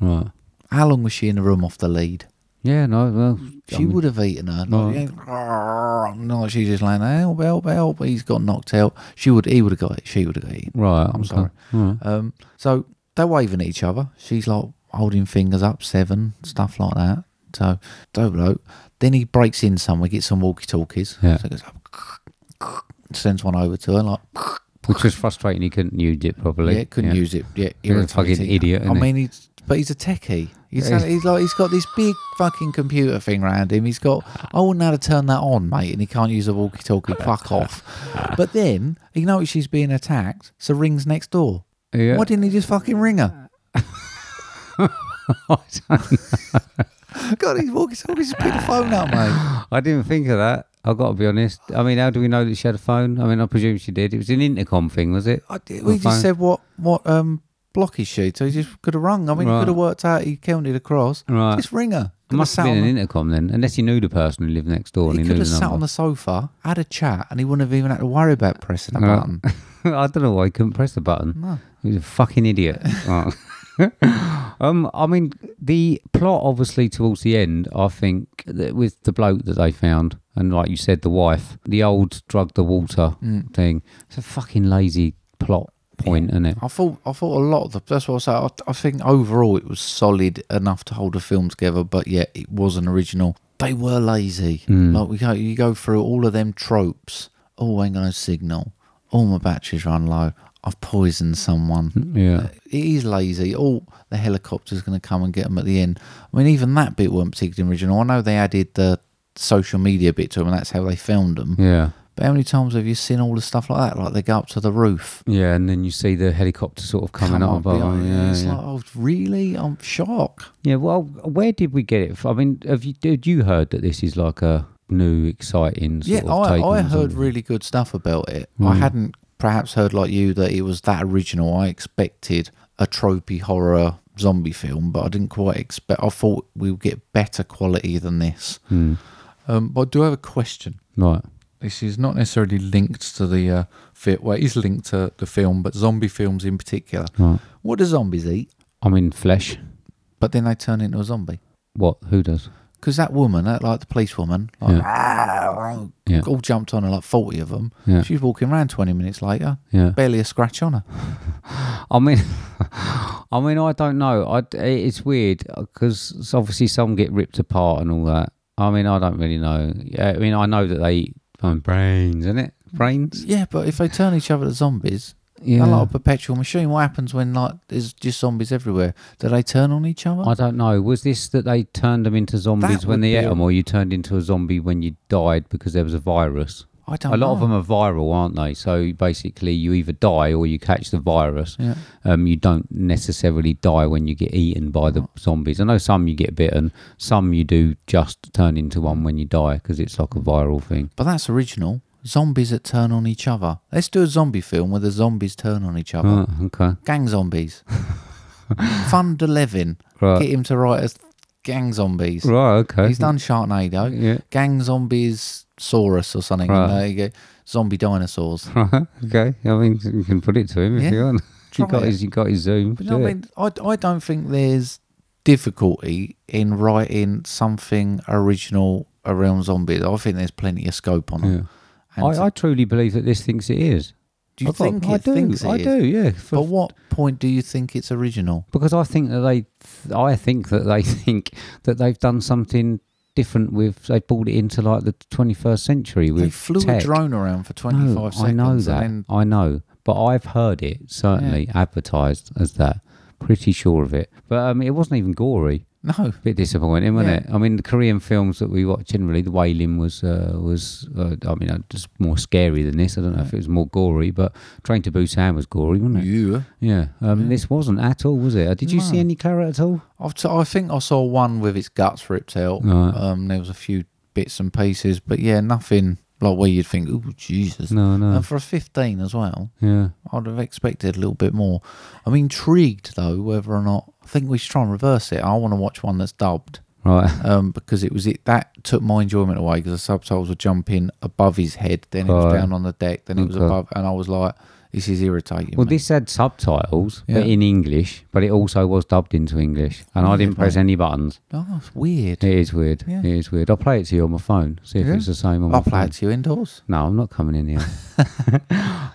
Speaker 2: Right.
Speaker 1: How long was she in the room off the lead?
Speaker 2: Yeah. No. Well.
Speaker 1: She
Speaker 2: Um,
Speaker 1: would have eaten her. Like, no, she's just like, help, help, help. He's got knocked out. She would, he would have got it. She would have got eaten.
Speaker 2: Right.
Speaker 1: I'm sorry. Um, so they're waving at each other. She's like holding fingers up, seven, stuff like that. So, don't know. Then he breaks in somewhere, gets some walkie talkies.
Speaker 2: Yeah.
Speaker 1: So he goes, sends one over to her, like,
Speaker 2: Which was frustrating. He couldn't use it properly.
Speaker 1: yeah, couldn't use it. Yeah,
Speaker 2: He's a fucking
Speaker 1: irritating.
Speaker 2: idiot,
Speaker 1: I
Speaker 2: isn't he?
Speaker 1: mean, he's, but he's a techie. He's,
Speaker 2: Yeah, he's-
Speaker 1: he's like he's got this big fucking computer thing around him. He's got I wouldn't know how to turn that on, mate, and he can't use a walkie-talkie. Fuck off! But then he knows she's being attacked, so rings next door.
Speaker 2: Yeah.
Speaker 1: Why didn't he just fucking ring her? God, he's walkie-talkie. Just pick the phone up, mate.
Speaker 2: I didn't think of that. I've got to be honest. I mean, how do we know that she had a phone? I mean, I presume she did. It was an intercom thing, was it?
Speaker 1: I did-
Speaker 2: A
Speaker 1: we
Speaker 2: phone?
Speaker 1: just said what what um block is she? So he just could have rung. I mean,
Speaker 2: Right.
Speaker 1: he could have worked out. He counted across.
Speaker 2: Right.
Speaker 1: Just ring her.
Speaker 2: It must have
Speaker 1: Could've sat
Speaker 2: been
Speaker 1: on
Speaker 2: an
Speaker 1: the-
Speaker 2: intercom then, unless he knew the person who lived next door and
Speaker 1: He
Speaker 2: he,
Speaker 1: could
Speaker 2: knew
Speaker 1: have
Speaker 2: the
Speaker 1: sat on
Speaker 2: number.
Speaker 1: the sofa, had a chat, and he wouldn't have even had to worry about pressing a
Speaker 2: Right.
Speaker 1: button.
Speaker 2: I don't know why he couldn't press the button. He was a fucking idiot. Oh. um, I mean, the plot obviously towards the end, I think, that with the bloke that they found, and like you said, the wife, the old drug the water
Speaker 1: Mm.
Speaker 2: thing. It's a fucking lazy plot point, isn't it?
Speaker 1: I thought, I thought a lot of the. That's what I say. I, I think overall it was solid enough to hold a film together, but yet it wasn't original. They were lazy. Like we go, you go through all of them tropes. Oh, ain't got no signal. Oh, my batteries run low. I've poisoned someone.
Speaker 2: Yeah.
Speaker 1: It is lazy. Oh, the helicopter's going to come and get them at the end. I mean, even that bit weren't particularly original. I know they added the social media bit to them, and that's how they filmed them.
Speaker 2: Yeah.
Speaker 1: But how many times have you seen all the stuff like that? Like they go up to the roof.
Speaker 2: Yeah, and then you see the helicopter sort of coming
Speaker 1: Come
Speaker 2: up
Speaker 1: on,
Speaker 2: above.
Speaker 1: behind you.
Speaker 2: yeah,
Speaker 1: it's
Speaker 2: yeah.
Speaker 1: like, oh, really? I'm shocked.
Speaker 2: Yeah, well, where did we get it? From? I mean, have you did you heard that this is like a new, exciting? Sort
Speaker 1: yeah,
Speaker 2: of
Speaker 1: I,
Speaker 2: take
Speaker 1: I
Speaker 2: on
Speaker 1: heard
Speaker 2: zombie?
Speaker 1: really good stuff about it.
Speaker 2: Mm.
Speaker 1: I hadn't perhaps heard like you that it was that original. I expected a tropey horror zombie film, but I didn't quite expect. I thought we would get better quality than this. Um, but I do have a question.
Speaker 2: Hmm, right.
Speaker 1: This is not necessarily linked to the uh, film. Well, it is linked to the film, but zombie films in particular.
Speaker 2: Right.
Speaker 1: What do zombies eat?
Speaker 2: I mean, flesh.
Speaker 1: But then they turn into a zombie.
Speaker 2: What? Who does?
Speaker 1: Because that woman, that, like the police woman, like,
Speaker 2: Yeah.
Speaker 1: all jumped on her, like 40 of them.
Speaker 2: Yeah.
Speaker 1: She's walking around 20 minutes later,
Speaker 2: Yeah.
Speaker 1: barely a scratch on her.
Speaker 2: I mean, I mean, I don't know. I it's weird because obviously some get ripped apart and all that. I mean, I don't really know. Yeah, I mean, I know that they eat um, brains, isn't it? Brains.
Speaker 1: Yeah, but if they turn each other to zombies,
Speaker 2: Yeah.
Speaker 1: a lot of perpetual machine, what happens when like there's just zombies everywhere? Do they turn on each other?
Speaker 2: I don't know. Was this that they turned them into zombies when
Speaker 1: would
Speaker 2: they
Speaker 1: be
Speaker 2: ate
Speaker 1: a-
Speaker 2: them, or you turned into a zombie when you died because there was a virus?
Speaker 1: I
Speaker 2: a
Speaker 1: don't
Speaker 2: lot
Speaker 1: know.
Speaker 2: of them are viral, aren't they? So basically, you either die or you catch the virus.
Speaker 1: Yeah.
Speaker 2: Um, you don't necessarily die when you get eaten by the zombies. I know some you get bitten, some you do just turn into one when you die because it's like a viral thing.
Speaker 1: But that's original. Zombies that turn on each other. Let's do a zombie film where the zombies turn on each other.
Speaker 2: Oh, okay.
Speaker 1: Gang zombies. Fund Levin.
Speaker 2: Right.
Speaker 1: Get him to write us gang zombies.
Speaker 2: Right. Okay.
Speaker 1: He's done Sharknado.
Speaker 2: Yeah.
Speaker 1: Gang zombies Saurus or something.
Speaker 2: Right.
Speaker 1: And there you go. Zombie dinosaurs.
Speaker 2: Right. Okay. I mean, you can put it to him if
Speaker 1: Yeah.
Speaker 2: you want. You
Speaker 1: Try
Speaker 2: got
Speaker 1: it.
Speaker 2: his. You got his Zoom.
Speaker 1: But
Speaker 2: Do
Speaker 1: you know what
Speaker 2: it.
Speaker 1: I mean, I, I don't think there's difficulty in writing something original around zombies. I think there's plenty of scope on it. And
Speaker 2: I, I truly believe that this thinks it is.
Speaker 1: do you
Speaker 2: I've got-
Speaker 1: think
Speaker 2: I
Speaker 1: it
Speaker 2: do,
Speaker 1: thinks it
Speaker 2: I
Speaker 1: is?
Speaker 2: do, yeah. For-
Speaker 1: But what point do you think it's original?
Speaker 2: because I think that they, th- I think that they think that they've done something different with they brought it into like the 21st century with
Speaker 1: They flew
Speaker 2: tech.
Speaker 1: a drone around for 25
Speaker 2: No,
Speaker 1: seconds.
Speaker 2: I know
Speaker 1: and
Speaker 2: that.
Speaker 1: then-
Speaker 2: I know, but I've heard it certainly advertised as that. Pretty sure of it, but um, it wasn't even gory.
Speaker 1: no.
Speaker 2: Bit disappointing, wasn't
Speaker 1: Yeah.
Speaker 2: it? I mean, the Korean films that we watch generally, the Wailing was uh, was uh, I mean, uh, just more scary than this. I don't know if it was more gory, but Train to Busan was gory, wasn't it?
Speaker 1: You.
Speaker 2: Yeah, um, this wasn't at all, was it? Uh, Did you see any Clara at all?
Speaker 1: I've t- I think I saw one with its guts ripped out.
Speaker 2: Right.
Speaker 1: Um, there was a few bits and pieces, but yeah, nothing like where you'd think, oh, Jesus.
Speaker 2: No, no.
Speaker 1: And for a 15 as well.
Speaker 2: Yeah,
Speaker 1: I'd have expected a little bit more. I'm intrigued though whether or not I think we should try and reverse it. I want to watch one that's dubbed
Speaker 2: right.
Speaker 1: um, because it was it that took my enjoyment away because the subtitles were jumping above his head, then it was
Speaker 2: Right.
Speaker 1: down on the deck, then it was
Speaker 2: Okay.
Speaker 1: above, and I was like, this is irritating.
Speaker 2: Well,
Speaker 1: me.
Speaker 2: this had subtitles, but
Speaker 1: Yeah.
Speaker 2: in English, but it also was dubbed into English, and I didn't press any buttons.
Speaker 1: oh, it's weird.
Speaker 2: It is weird.
Speaker 1: Yeah.
Speaker 2: It is weird. I'll play it to you on my phone. See if
Speaker 1: Yeah.
Speaker 2: it's the same on my
Speaker 1: I'll play
Speaker 2: phone.
Speaker 1: it to you indoors.
Speaker 2: No, I'm not coming in here.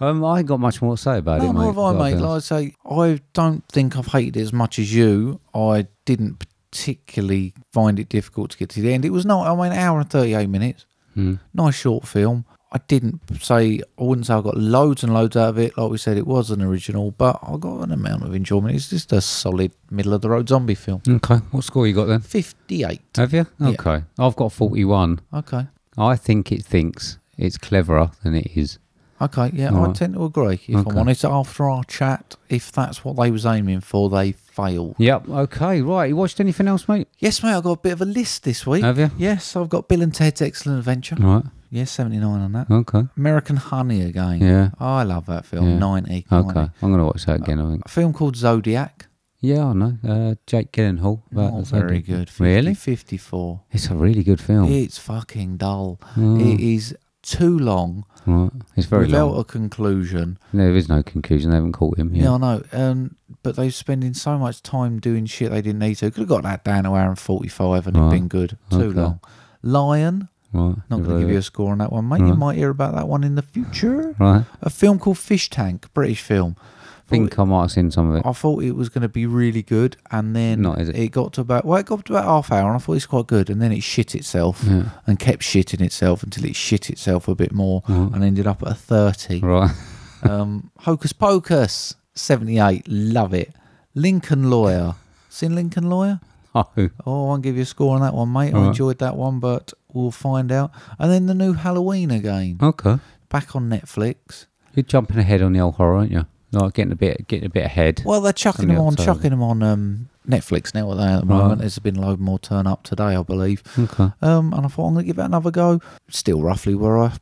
Speaker 2: um, I ain't got much more to say about
Speaker 1: No,
Speaker 2: it, mate. uh,
Speaker 1: nor have I,
Speaker 2: I'll be
Speaker 1: mate.
Speaker 2: honest.
Speaker 1: Like I say, I don't think I've hated it as much as you. I didn't particularly find it difficult to get to the end. It was not, I mean, an hour and 38 minutes.
Speaker 2: Mm.
Speaker 1: nice short film. I didn't say I wouldn't say I got loads and loads out of it. Like we said, it was an original, but I got an amount of enjoyment. It's just a solid middle of the road zombie film.
Speaker 2: Okay, what score you got then?
Speaker 1: Fifty-eight.
Speaker 2: Have you?
Speaker 1: Yeah.
Speaker 2: Okay, I've got 41.
Speaker 1: Okay.
Speaker 2: I think it thinks it's cleverer than it is.
Speaker 1: Okay, yeah, I
Speaker 2: Alright.
Speaker 1: tend to agree. If
Speaker 2: Okay.
Speaker 1: I'm honest, after our chat, if that's what they was aiming for, they failed.
Speaker 2: Yep. Okay. Right. You watched anything else, mate?
Speaker 1: Yes, mate, I've got a bit of a list this week.
Speaker 2: Have you?
Speaker 1: Yes, I've got Bill and Ted's Excellent Adventure.
Speaker 2: Right.
Speaker 1: Yeah, 79 on that.
Speaker 2: Okay.
Speaker 1: American Honey again. Oh,
Speaker 2: Yeah.
Speaker 1: I love that film.
Speaker 2: Yeah.
Speaker 1: 90.
Speaker 2: Okay.
Speaker 1: 90.
Speaker 2: I'm gonna watch that again. I think.
Speaker 1: A film called Zodiac.
Speaker 2: Yeah, I know. Uh, Jake Gyllenhaal. about
Speaker 1: Not
Speaker 2: the
Speaker 1: very
Speaker 2: zombie.
Speaker 1: good. 50,
Speaker 2: Really? Oh.
Speaker 1: 54.
Speaker 2: It's a really good film.
Speaker 1: It's fucking dull.
Speaker 2: Oh.
Speaker 1: It is too long
Speaker 2: Right. It's very
Speaker 1: without
Speaker 2: long.
Speaker 1: a conclusion.
Speaker 2: There is no conclusion. They haven't caught him.
Speaker 1: Yeah,
Speaker 2: Yeah.
Speaker 1: I know. Um, but they're spending so much time doing shit they didn't need to. Could have got that down to hour and 45 and
Speaker 2: Right.
Speaker 1: it'd been good. Too
Speaker 2: Okay.
Speaker 1: long. Lion.
Speaker 2: Right.
Speaker 1: Not going
Speaker 2: Never
Speaker 1: to give
Speaker 2: heard
Speaker 1: you
Speaker 2: of
Speaker 1: a score on that one, mate. You
Speaker 2: Right.
Speaker 1: might hear about that one in the future.
Speaker 2: it. Right.
Speaker 1: A film called Fish Tank, British film.
Speaker 2: I think I might have seen some of it.
Speaker 1: I thought it was going to be really good, and then
Speaker 2: Not, is it?
Speaker 1: got to about well, it got to about half hour, and I thought it's quite good, and then it shit itself
Speaker 2: Yeah.
Speaker 1: and kept shitting itself until it shit itself a bit more and ended up at a thirty.
Speaker 2: Right.
Speaker 1: Um, Hocus Pocus, seventy-eight, love it. Lincoln Lawyer, seen Lincoln Lawyer?
Speaker 2: Oh.
Speaker 1: Oh, I won't give you a score on that one, mate. I
Speaker 2: Alright.
Speaker 1: enjoyed that one, but we'll find out. And then the new Halloween again,
Speaker 2: Okay.
Speaker 1: back on Netflix.
Speaker 2: You're jumping ahead on the old horror, aren't you? Like getting a bit, getting a bit ahead.
Speaker 1: Well, they're chucking
Speaker 2: Coming
Speaker 1: them on,
Speaker 2: October.
Speaker 1: chucking them on um, Netflix now. aren't They at the moment,
Speaker 2: Right.
Speaker 1: there's been a load more turn up today, I believe.
Speaker 2: Okay.
Speaker 1: Um, and I thought I'm going to give it another go. Still roughly where I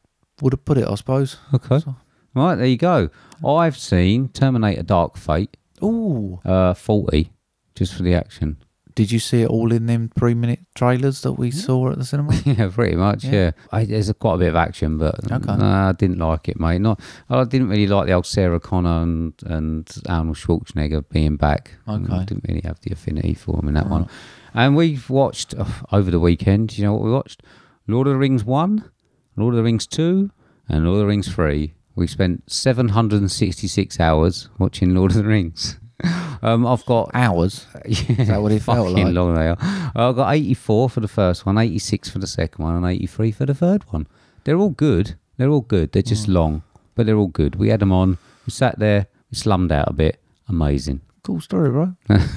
Speaker 1: would have put it, I suppose.
Speaker 2: Okay.
Speaker 1: So-
Speaker 2: Right there you go. I've seen Terminator: Dark Fate,
Speaker 1: Ooh,
Speaker 2: uh, forty, just for the action.
Speaker 1: did you see it all in them three-minute trailers that we saw at the cinema?
Speaker 2: Yeah, pretty much. Yeah,
Speaker 1: Yeah.
Speaker 2: I, there's a, quite a bit of action, but
Speaker 1: Okay.
Speaker 2: nah, I didn't like it, mate. Not, I didn't really like the old Sarah Connor and, and Arnold Schwarzenegger being back.
Speaker 1: Okay.
Speaker 2: I didn't really have the affinity for him in that one. And we've watched oh, over the weekend. You know what we watched? Lord of the Rings one, Lord of the Rings two, and Lord of the Rings three. We spent 766 hours watching Lord of the Rings. Um, I've got
Speaker 1: Hours. Is that what it felt
Speaker 2: fucking
Speaker 1: like?
Speaker 2: long they are. I got 84 for the first one, 86 for the second one, and 83 for the third one. They're all good. They're all good. They're just long, but they're all good. We had them on. We sat there. We slummed out a bit. Amazing.
Speaker 1: Cool story, bro.
Speaker 2: Uh,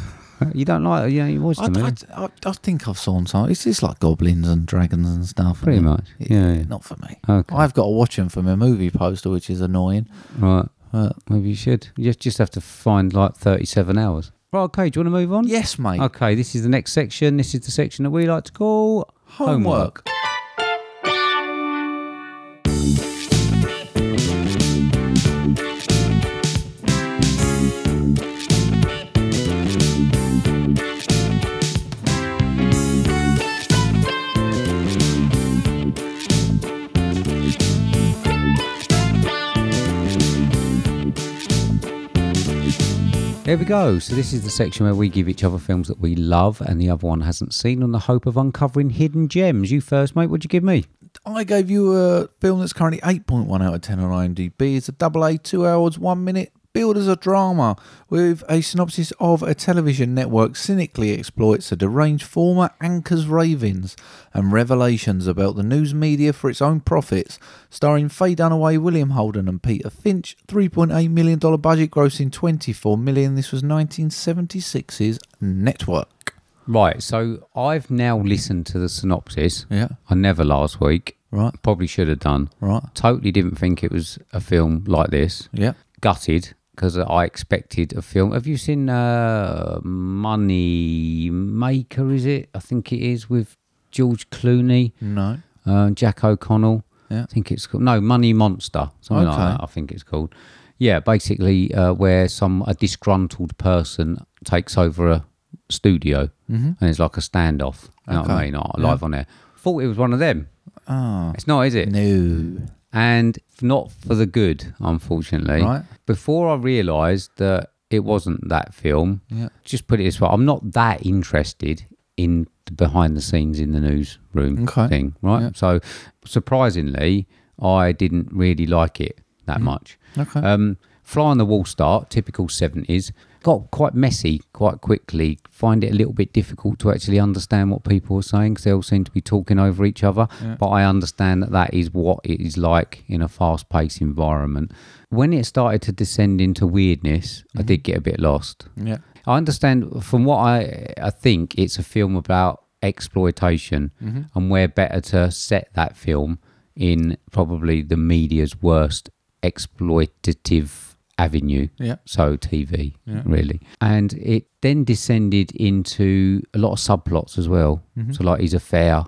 Speaker 2: You don't like? You know, you watched
Speaker 1: I,
Speaker 2: them. eh?
Speaker 1: I, I, I think I've saw some. It's just like goblins and dragons and stuff.
Speaker 2: Pretty
Speaker 1: isn't it?
Speaker 2: much. Yeah, yeah.
Speaker 1: Not for me.
Speaker 2: Okay.
Speaker 1: I've got to watch them for my movie poster, which is annoying.
Speaker 2: Right.
Speaker 1: But
Speaker 2: Maybe you should. You just- just have to find like 37 hours. Right. Okay. Do you want to move on?
Speaker 1: yes, mate.
Speaker 2: Okay. This is the next section. This is the section that we like to call
Speaker 1: Homework.
Speaker 2: There we go. So this is the section where we give each other films that we love and the other one hasn't seen on the hope of uncovering hidden gems. You first, mate. What'd you give me?
Speaker 1: I gave you a film that's currently 8.1 out of 10 on IMDb. It's a double A, two hours, one minute, billed as a drama with a synopsis of a television network cynically exploits a deranged former anchor's ravings and revelations about the news media for its own profits. Starring Faye Dunaway, William Holden, and Peter Finch. $3.8 million budget, grossing $24 million. This was 1976's Network.
Speaker 2: Right. So I've now listened to the synopsis.
Speaker 1: Yeah.
Speaker 2: I never last week.
Speaker 1: Right.
Speaker 2: Probably should have done.
Speaker 1: Right.
Speaker 2: Totally didn't think it was a film like this.
Speaker 1: Yeah.
Speaker 2: Gutted because I expected a film. Have you seen uh, Money Maker? Is it? I think it is with George Clooney.
Speaker 1: No.
Speaker 2: uh, Jack O'Connell.
Speaker 1: Yeah.
Speaker 2: I think it's called no Money Monster, something
Speaker 1: Okay.
Speaker 2: like that. I think it's called. Yeah, basically uh, where some a disgruntled person takes over a studio and it's like a standoff. You know what
Speaker 1: Mm-hmm.
Speaker 2: I
Speaker 1: Okay.
Speaker 2: mean? Like, Live on air. Thought it was one of them.
Speaker 1: Ah.
Speaker 2: It's not, is it?
Speaker 1: No.
Speaker 2: And not for the good, unfortunately.
Speaker 1: Right.
Speaker 2: Before I realised that it wasn't that film,
Speaker 1: Yeah.
Speaker 2: just put it this way: I'm not that interested in the behind the scenes in the newsroom
Speaker 1: Okay.
Speaker 2: thing, right?
Speaker 1: Yeah.
Speaker 2: So, surprisingly, I didn't really like it that
Speaker 1: Mm.
Speaker 2: much.
Speaker 1: Okay.
Speaker 2: Um, Fly on the wall start, typical 70s, got quite messy quite quickly. Find it a little bit difficult to actually understand what people are saying because they all seem to be talking over each other. But I understand that that is what it is like in a fast paced environment. When it started to descend into weirdness,
Speaker 1: Mm-hmm.
Speaker 2: I did get a bit lost.
Speaker 1: Yeah.
Speaker 2: I understand from what I I think it's a film about exploitation and where better to set that film in probably the media's worst exploitative avenue.
Speaker 1: Yeah.
Speaker 2: So TV really. And it then descended into a lot of subplots as well. So like his affair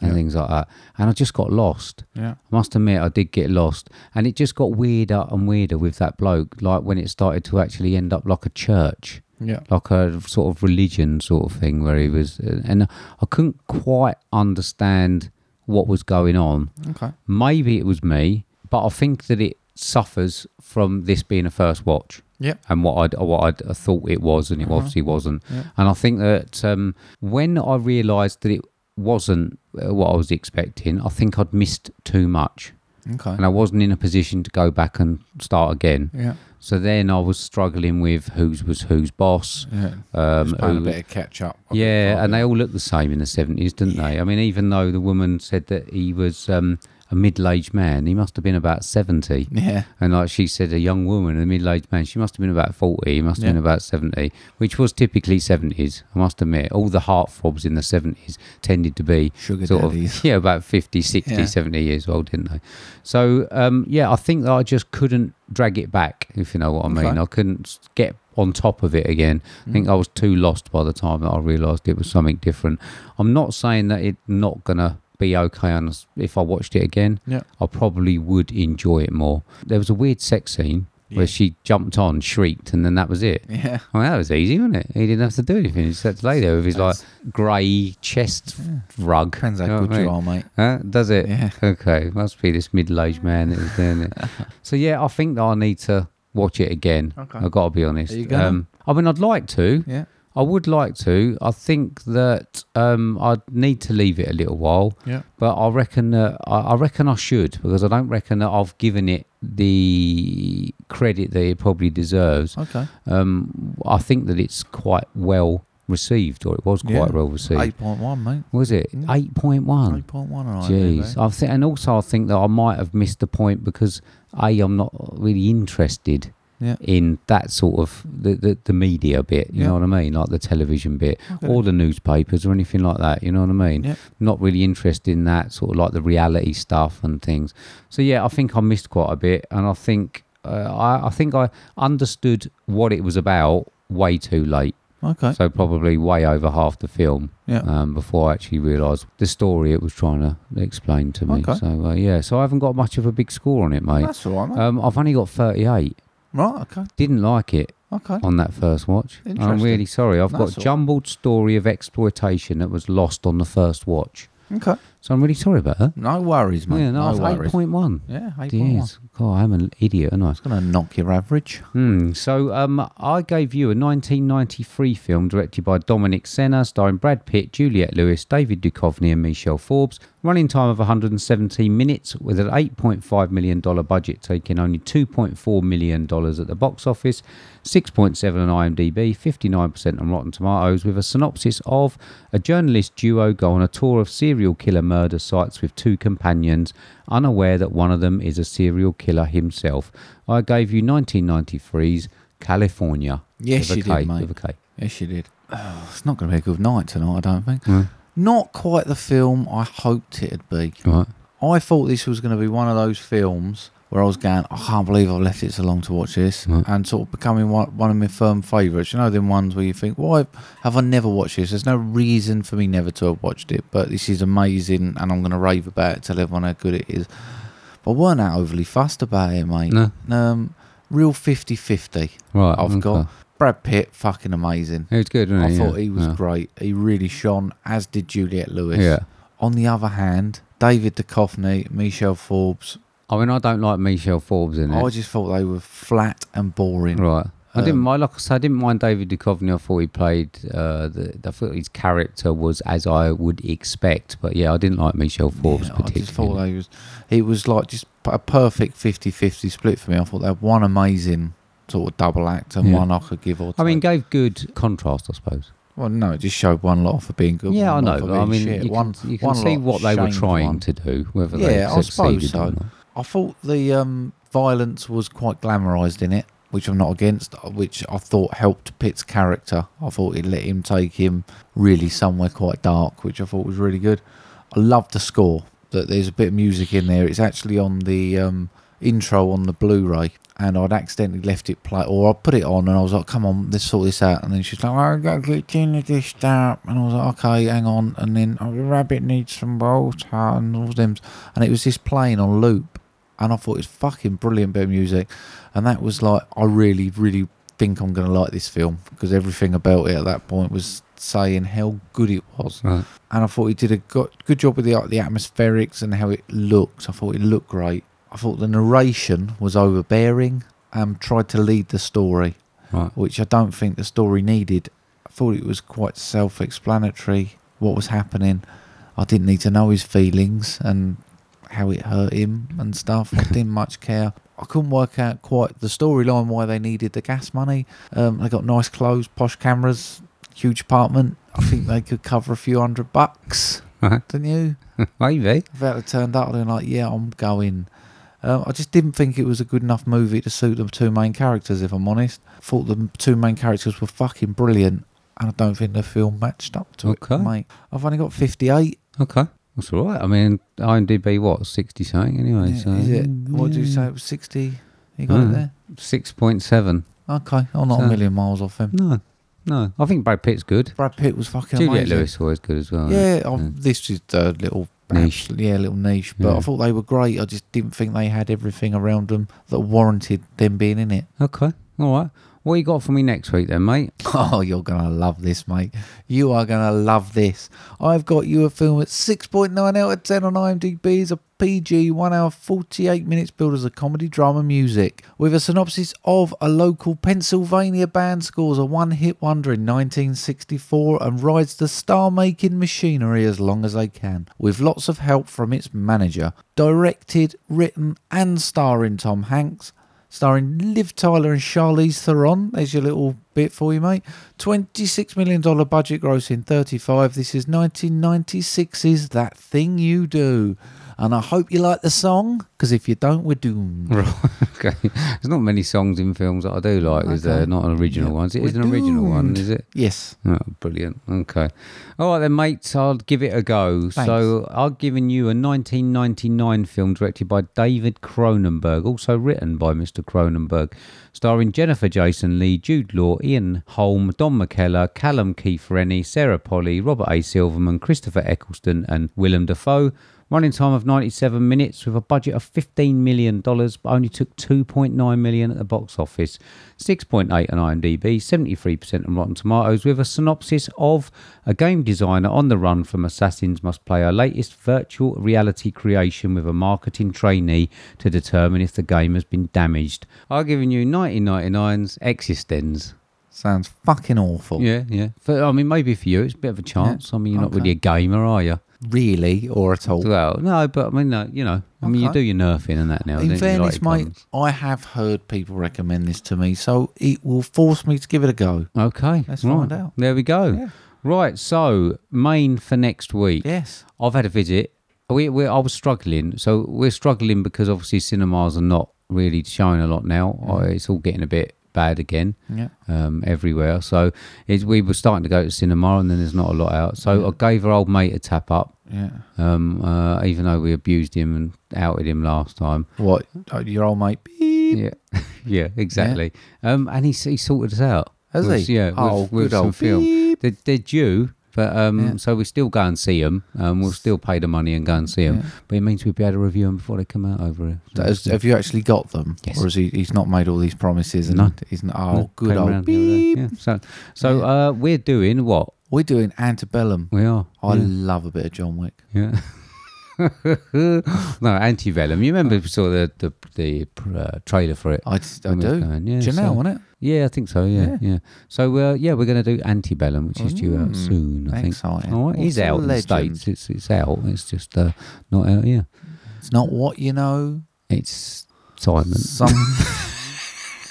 Speaker 2: and things like that. And I just got lost.
Speaker 1: Yeah.
Speaker 2: I must admit, I did get lost, and it just got weirder and weirder with that bloke. Like when it started to actually end up like a church,
Speaker 1: Yeah.
Speaker 2: like a sort of religion sort of thing, where he was, uh, and I couldn't quite understand what was going on.
Speaker 1: Okay.
Speaker 2: Maybe it was me, but I think that it suffers from this being a first watch
Speaker 1: Yep.
Speaker 2: and what I'd what I'd I thought it was, and it
Speaker 1: Uh-huh.
Speaker 2: obviously wasn't. And I think that um, when I realised that it wasn't uh, what I was expecting, I think I'd missed too much,
Speaker 1: Okay.
Speaker 2: and I wasn't in a position to go back and start again.
Speaker 1: Yeah.
Speaker 2: So then I was struggling with who's was who's boss.
Speaker 1: Yeah.
Speaker 2: Um,
Speaker 1: Just playing a
Speaker 2: who-
Speaker 1: bit of catch up.
Speaker 2: yeah, and they all looked the same in the seventies, didn't they? I mean, even though the woman said that he was um, a a middle-aged man. He must have been about seventy.
Speaker 1: Yeah.
Speaker 2: And like she said, a young woman, a middle-aged man, she must have been about forty. He must have been about seventy, which was typically seventies. I must admit, all the heartthrobs in the seventies tended to be
Speaker 1: Sugar
Speaker 2: sort
Speaker 1: daddies.
Speaker 2: of yeah, about 50, 60,
Speaker 1: Yeah.
Speaker 2: 70 years old, didn't they? So um, yeah, I think that I just couldn't drag it back, if you know what I mean.
Speaker 1: Okay.
Speaker 2: I couldn't s- get on top of it again. I
Speaker 1: Mm.
Speaker 2: think I was too lost by the time that I realised it was something different. I'm not saying that it's not gonna be okay on s- if I watched it again.
Speaker 1: Yeah.
Speaker 2: I probably would enjoy it more. There was a weird sex scene
Speaker 1: Yeah.
Speaker 2: where she jumped on, shrieked, and then that was it.
Speaker 1: Yeah.
Speaker 2: Well, Oh, that was easy, wasn't it? He didn't have to do anything. He just had to lay there with his like grey chest rug.
Speaker 1: Depends how
Speaker 2: You know what
Speaker 1: good
Speaker 2: I
Speaker 1: you
Speaker 2: mean?
Speaker 1: are, mate.
Speaker 2: Huh? Does it?
Speaker 1: Yeah.
Speaker 2: Okay. Must be this middle aged man that was doing it. so yeah, I think that I need to watch it again.
Speaker 1: Okay.
Speaker 2: I've got to be honest. Um,
Speaker 1: Are you gonna?
Speaker 2: I mean I'd like to.
Speaker 1: Yeah.
Speaker 2: I would like to. I think that um, I'd need to leave it a little while.
Speaker 1: Yeah.
Speaker 2: But I reckon that I I reckon I should because I don't reckon that I've given it the credit that it probably deserves.
Speaker 1: Okay.
Speaker 2: Um, I think that it's quite well received, or it was quite
Speaker 1: Yeah.
Speaker 2: well received.
Speaker 1: Eight point one, mate.
Speaker 2: was it
Speaker 1: Yeah.
Speaker 2: eight point one?
Speaker 1: Eight point one, alright.
Speaker 2: Jeez, I think, and also I think that I might have missed the point because a I'm not really interested
Speaker 1: Yeah.
Speaker 2: in that sort of the the, the media bit. You
Speaker 1: Yeah.
Speaker 2: know what I mean, like the television bit
Speaker 1: Okay.
Speaker 2: or the newspapers or anything like that. You know what I mean?
Speaker 1: Yeah.
Speaker 2: Not really interested in that sort of like the reality stuff and things. So yeah, I think I missed quite a bit, and I think uh, I I think I understood what it was about way too late.
Speaker 1: Okay.
Speaker 2: So probably way over half the film
Speaker 1: Yeah.
Speaker 2: um, before I actually realised the story it was trying to explain to me.
Speaker 1: Okay.
Speaker 2: So uh, yeah, so I haven't got much of a big score on it, mate.
Speaker 1: That's all right, mate.
Speaker 2: Um, I've only got 38.
Speaker 1: right, okay.
Speaker 2: Didn't like it
Speaker 1: Okay.
Speaker 2: on that first watch. And I'm
Speaker 1: Interesting.
Speaker 2: really sorry. I've
Speaker 1: That's
Speaker 2: got
Speaker 1: all-
Speaker 2: jumbled story of exploitation that was lost on the first watch.
Speaker 1: Okay.
Speaker 2: So I'm really sorry about that.
Speaker 1: No worries, mate.
Speaker 2: yeah, no,
Speaker 1: no
Speaker 2: I've
Speaker 1: worries.
Speaker 2: 8.1.
Speaker 1: Yeah, eight point one.
Speaker 2: Jeez, God, I'm an idiot, aren't I?
Speaker 1: It's gonna knock your average.
Speaker 2: Hmm. So um, I gave you a 1993 film directed by Dominic Senna, starring Brad Pitt, Juliette Lewis, David Duchovny, and Michelle Forbes. Running time of 117 minutes, with an 8.5 million dollar budget, taking only 2.4 million dollars at the box office, 6.7 on IMDb, 59% on Rotten Tomatoes, with a synopsis of a journalist duo go on a tour of serial killer murder sites with two companions, unaware that one of them is a serial killer himself. I gave you 1993's California.
Speaker 1: Yes,
Speaker 2: With a
Speaker 1: you
Speaker 2: K,
Speaker 1: did, mate.
Speaker 2: with a K.
Speaker 1: Yes, you did. Oh, it's not gonna be a good night tonight, I don't think.
Speaker 2: Hmm.
Speaker 1: Not quite the film I hoped it'd be.
Speaker 2: Right.
Speaker 1: I thought this was going to be one of those films where I was going, I can't believe I've left it so long to watch this,
Speaker 2: Right.
Speaker 1: and sort of becoming one, one of my firm favourites. You know, them ones where you think, why have I never watched this? There's no reason for me never to have watched it, but this is amazing, and I'm going to rave about it, tell everyone how good it is. But I weren't that overly fussed about it, mate.
Speaker 2: No.
Speaker 1: Um, real 50 50.
Speaker 2: Right.
Speaker 1: I've
Speaker 2: okay.
Speaker 1: got Brad Pitt, fucking amazing.
Speaker 2: It was good, wasn't
Speaker 1: I
Speaker 2: it?
Speaker 1: thought
Speaker 2: Yeah,
Speaker 1: he was
Speaker 2: yeah.
Speaker 1: great. He really shone, as did Juliette Lewis.
Speaker 2: Yeah.
Speaker 1: On the other hand, David Duchovny, Michelle Forbes,
Speaker 2: I mean, I don't like Michelle Forbes in it.
Speaker 1: I just thought they were flat and boring.
Speaker 2: Right. I didn't
Speaker 1: Um,
Speaker 2: mind, like I said, I didn't mind David Duchovny. I thought he played, uh, the, I thought his character was as I would expect. But yeah, I didn't like Michelle Forbes
Speaker 1: Yeah, I
Speaker 2: particularly.
Speaker 1: just thought they was, it was like just p- a perfect 50-50 split for me. I thought they had one amazing sort of double act and
Speaker 2: Yeah.
Speaker 1: one I could give or
Speaker 2: I mean,
Speaker 1: take.
Speaker 2: gave good contrast, I suppose.
Speaker 1: well, no, it just showed one lot for being good.
Speaker 2: yeah, I
Speaker 1: one lot
Speaker 2: know.
Speaker 1: for
Speaker 2: But I
Speaker 1: being
Speaker 2: mean,
Speaker 1: shit.
Speaker 2: you can,
Speaker 1: one,
Speaker 2: you can
Speaker 1: one
Speaker 2: see
Speaker 1: lot
Speaker 2: what they were
Speaker 1: shamed
Speaker 2: trying
Speaker 1: one.
Speaker 2: to do, whether they
Speaker 1: Yeah, I suppose
Speaker 2: succeeded or
Speaker 1: so.
Speaker 2: not.
Speaker 1: I thought the um, violence was quite glamorised in it, which I'm not against, uh, which I thought helped Pitt's character. I thought it let him take him really somewhere quite dark, which I thought was really good. I love the score. That there's a bit of music in there. It's actually on the um, intro on the Blu-ray, and I'd accidentally left it play, or I put it on, and I was like, "Come on, let's sort this out." And then she's like, "Well, "I got to get Tina dished out," and I was like, "Okay, hang on." And then oh, the rabbit needs some water and all them, and it was just playing on loop, and I thought it was fucking brilliant bit of music, and that was like, I really, really think I'm gonna like this film because everything about it at that point was saying how good it was
Speaker 2: Right.
Speaker 1: and I thought he did a good, good job with the the atmospherics and how it looked. I thought it looked great. I thought the narration was overbearing and tried to lead the story,
Speaker 2: Right.
Speaker 1: which I don't think the story needed. I thought it was quite self-explanatory what was happening. I didn't need to know his feelings and how it hurt him and stuff. I didn't much care. I couldn't work out quite the storyline why they needed the gas money. Um, they got nice clothes, posh cameras, huge apartment. I think they could cover a few hundred bucks. didn't you?
Speaker 2: Maybe.
Speaker 1: If it had turned out, I'd been like, yeah, I'm going. Um, I just didn't think it was a good enough movie to suit the two main characters, if I'm honest. Thought the two main characters were fucking brilliant, and I don't think the film matched up to
Speaker 2: Okay.
Speaker 1: it, mate. I've only got 58.
Speaker 2: Okay. That's all right. I mean, IMDb, what, 60 something anyway?
Speaker 1: Yeah,
Speaker 2: so
Speaker 1: is it? What did you say? It was 60? You got
Speaker 2: Mm.
Speaker 1: it there?
Speaker 2: 6.7.
Speaker 1: Okay. I'm not
Speaker 2: So-
Speaker 1: a million miles off him.
Speaker 2: No, no. I think Brad Pitt's good.
Speaker 1: Brad Pitt was fucking
Speaker 2: Juliet
Speaker 1: amazing.
Speaker 2: Lewis always good as well.
Speaker 1: Yeah, i this is the little
Speaker 2: Niche.
Speaker 1: niche. Yeah, little niche. But
Speaker 2: Yeah.
Speaker 1: I thought they were great. I just didn't think they had everything around them that warranted them being in it.
Speaker 2: Okay. All right. What you got for me next week then, mate?
Speaker 1: Oh, you're gonna love this, mate. You are gonna love this. I've got you a film at 6.9 out of 10 on IMDb. It's a PG, one hour, 48 minutes, billed as a comedy, drama, music, with a synopsis of a local Pennsylvania band scores a one-hit wonder in 1964 and rides the star-making machinery as long as they can, with lots of help from its manager. Directed, written, and starring Tom Hanks starring Liv Tyler and Charlize Theron. There's your little bit for you, mate. $26 million budget gross in 35. This is 1996's That Thing You Do. And I hope you like the song, because if you don't, we're doomed.
Speaker 2: Right. Okay. There's not many songs in films that I do like, is
Speaker 1: Okay.
Speaker 2: there? Not original
Speaker 1: Yeah.
Speaker 2: ones. It
Speaker 1: We're
Speaker 2: is an original one,
Speaker 1: doomed.
Speaker 2: is it?
Speaker 1: Yes.
Speaker 2: Oh, brilliant. Okay. All right, then, mates, I'll give it a go. So, I've given you a 1999 film directed by David Cronenberg, also written by Mr. Cronenberg, starring Jennifer Jason Lee, Jude Law, Ian Holm, Don McKellar, Callum Keith Rennie, Sarah Polly, Robert A. Silverman, Christopher Eccleston, and Willem Dafoe. Running time of 97 minutes with a budget of $15 million, but only took 2.9 million at the box office. 6.8 on IMDb, 73% on Rotten Tomatoes, with a synopsis of a game designer on the run from assassins must play our latest virtual reality creation with a marketing trainee to determine if the game has been damaged. I've given you 1999's Existence.
Speaker 1: Sounds fucking awful.
Speaker 2: Yeah, yeah. For, I mean, maybe for you, it's a bit of a chance. I mean, you're not
Speaker 1: Okay.
Speaker 2: really a gamer, are you?
Speaker 1: Really, or at all.
Speaker 2: Well, no, but I mean, no, you know, I mean, you
Speaker 1: Okay.
Speaker 2: do your nerfing and that now. don't
Speaker 1: In
Speaker 2: you,
Speaker 1: fairness,
Speaker 2: like
Speaker 1: mate,
Speaker 2: guns?
Speaker 1: I have heard people recommend this to me, so it will force me to give it a go.
Speaker 2: um, Okay,
Speaker 1: Let's
Speaker 2: right.
Speaker 1: find out.
Speaker 2: There we go. Right, so main for next week.
Speaker 1: Yes.
Speaker 2: I've had a visit. We, we I was struggling, so we're struggling because obviously cinemas are not really showing a lot now.
Speaker 1: Mm.
Speaker 2: Uh, It's all getting a bit bad again.
Speaker 1: Yeah.
Speaker 2: um, everywhere. So it's, we were starting to go to cinema, and then there's not a lot out. So I gave her old mate a tap up,
Speaker 1: Yeah.
Speaker 2: um, uh, even though we abused him and outed him last time.
Speaker 1: What? uh, Your old mate? Beep.
Speaker 2: Yeah, yeah, exactly. Um, and he s- he sorted us out.
Speaker 1: Has
Speaker 2: With-
Speaker 1: he?
Speaker 2: Yeah,
Speaker 1: Oh,
Speaker 2: with, with
Speaker 1: good
Speaker 2: some
Speaker 1: old
Speaker 2: film.
Speaker 1: beep.
Speaker 2: They're, they're due. But um,
Speaker 1: Yeah.
Speaker 2: so we still go and see them. Um, we'll still pay the money and go and see them. But it means we'll be able to review them before they come out over here. So-
Speaker 1: Has, have you actually got them?
Speaker 2: Yes.
Speaker 1: Or is he, he's not made all these promises? And
Speaker 2: No.
Speaker 1: He's not, oh,
Speaker 2: No,
Speaker 1: good
Speaker 2: came
Speaker 1: old
Speaker 2: around the other day.
Speaker 1: beep.
Speaker 2: Yeah, So, so uh, we're doing what
Speaker 1: We're doing Antebellum.
Speaker 2: we are.
Speaker 1: I
Speaker 2: yeah.
Speaker 1: love a bit of John Wick.
Speaker 2: Yeah. no, anti venom. You remember we saw the the, the uh, trailer for it?
Speaker 1: I, just- I
Speaker 2: When we was
Speaker 1: do.
Speaker 2: going, yeah,
Speaker 1: Janelle,
Speaker 2: so-
Speaker 1: wasn't it?
Speaker 2: Yeah, I think so. Yeah, yeah.
Speaker 1: Yeah.
Speaker 2: So uh, yeah, we're going to do anti venom, which is due out
Speaker 1: Mm,
Speaker 2: soon. I think.
Speaker 1: exciting.
Speaker 2: All right, it
Speaker 1: What
Speaker 2: is
Speaker 1: a
Speaker 2: out in the
Speaker 1: legend.
Speaker 2: states. It's it's out. It's just uh, not out. Yeah,
Speaker 1: It's not what you know.
Speaker 2: it's Simon.
Speaker 1: Some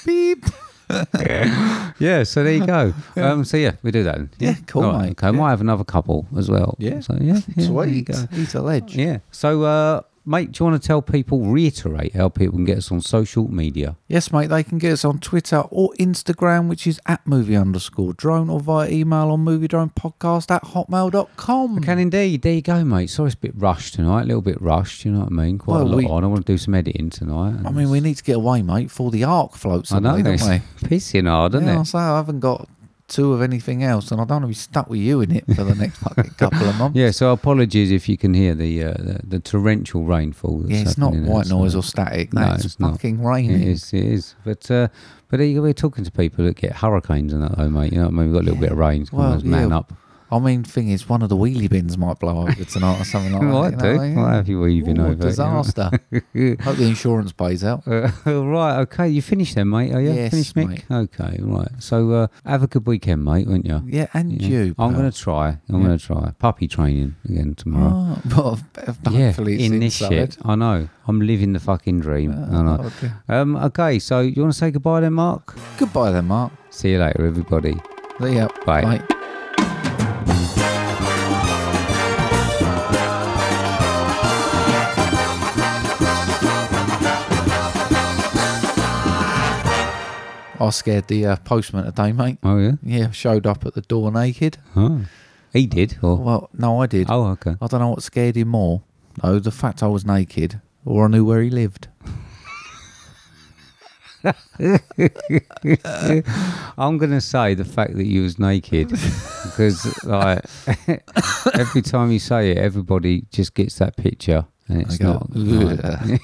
Speaker 1: beep.
Speaker 2: yeah. So there you go. Um. So yeah, we do that. Then.
Speaker 1: Yeah, cool,
Speaker 2: All right,
Speaker 1: mate.
Speaker 2: Okay. I might have another couple as well.
Speaker 1: Yeah.
Speaker 2: So yeah. yeah there you
Speaker 1: Sweet.
Speaker 2: go.
Speaker 1: Eat a ledge.
Speaker 2: Yeah. So uh, mate, do you want to tell people reiterate how people can get us on social media?
Speaker 1: Yes, mate, they can get us on Twitter or Instagram, which is at movie underscore drone, or via email on movie drone podcast at hotmail.com.
Speaker 2: Can indeed. There you go, mate. Sorry, it's a bit rushed tonight. A little bit rushed. You know what I mean? Quite a
Speaker 1: Well,
Speaker 2: lot
Speaker 1: we-
Speaker 2: on. I want to do some editing tonight. and
Speaker 1: I mean, we need to get away, mate, for the arc floats
Speaker 2: I know
Speaker 1: away, don't
Speaker 2: it's
Speaker 1: we?
Speaker 2: pissing hard, isn't
Speaker 1: yeah,
Speaker 2: it?
Speaker 1: So I haven't got two of anything else, and I don't want to be stuck with you in it for the next fucking couple of months.
Speaker 2: Yeah. So apologies if you can hear the uh, the, the torrential rainfall. That's
Speaker 1: Yeah, it's not
Speaker 2: happening
Speaker 1: white noise or
Speaker 2: outside.
Speaker 1: static.
Speaker 2: No,
Speaker 1: That's
Speaker 2: it's not.
Speaker 1: fucking
Speaker 2: It
Speaker 1: raining.
Speaker 2: is. It is. But uh, but there you go. we're talking to people that get hurricanes and that, though, mate. You know what I mean? We've got a little bit of rain. Come on,
Speaker 1: Well,
Speaker 2: let's man
Speaker 1: yeah.
Speaker 2: up.
Speaker 1: I mean, thing is, one of the wheelie bins might blow over tonight or something like
Speaker 2: Well, I
Speaker 1: that. you know,
Speaker 2: do.
Speaker 1: yeah.
Speaker 2: What have you weaving
Speaker 1: Ooh,
Speaker 2: over? you know?
Speaker 1: Disaster. Hope the insurance pays out.
Speaker 2: Uh, right, okay. You finished then, mate, are you?
Speaker 1: Yes,
Speaker 2: finished, Mick?
Speaker 1: mate.
Speaker 2: Okay, right. So uh, have a good weekend, mate, won't you?
Speaker 1: Yeah, and
Speaker 2: Yeah.
Speaker 1: you.
Speaker 2: I'm
Speaker 1: pal.
Speaker 2: going to try. I'm going to try. Puppy training again tomorrow.
Speaker 1: Oh, well, hopefully it's Uh,
Speaker 2: in this
Speaker 1: inside.
Speaker 2: shit. I know. I'm living the fucking dream. I know.
Speaker 1: okay.
Speaker 2: Um, okay, so you want to say goodbye then, Mark?
Speaker 1: Goodbye then, Mark.
Speaker 2: See you later, everybody.
Speaker 1: See ya.
Speaker 2: Bye.
Speaker 1: Bye. I scared the uh, postman today, mate.
Speaker 2: Oh yeah.
Speaker 1: Yeah, showed up at the door naked.
Speaker 2: Oh. He did. Or
Speaker 1: Well, no, I did.
Speaker 2: oh okay.
Speaker 1: I don't know what scared him more. No, the fact I was naked, or I knew where he lived.
Speaker 2: I'm gonna say the fact that you was naked because like every time you say it, everybody just gets that picture and it's
Speaker 1: go,
Speaker 2: not. like-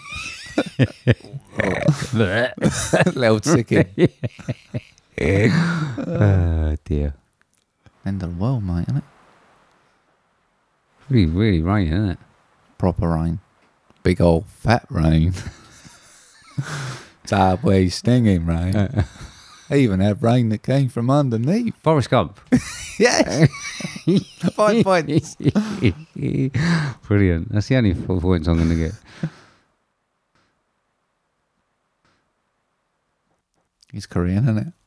Speaker 1: Loud sicking.
Speaker 2: oh dear.
Speaker 1: End of the world, mate, isn't it?
Speaker 2: Really, really raining, isn't it?
Speaker 1: Proper rain. Big old fat rain. Sideways stinging rain. I even had rain that came from underneath.
Speaker 2: Forrest Gump.
Speaker 1: Yes. Five points.
Speaker 2: Brilliant. That's the only four points I'm going to get.
Speaker 1: He's Korean, isn't it?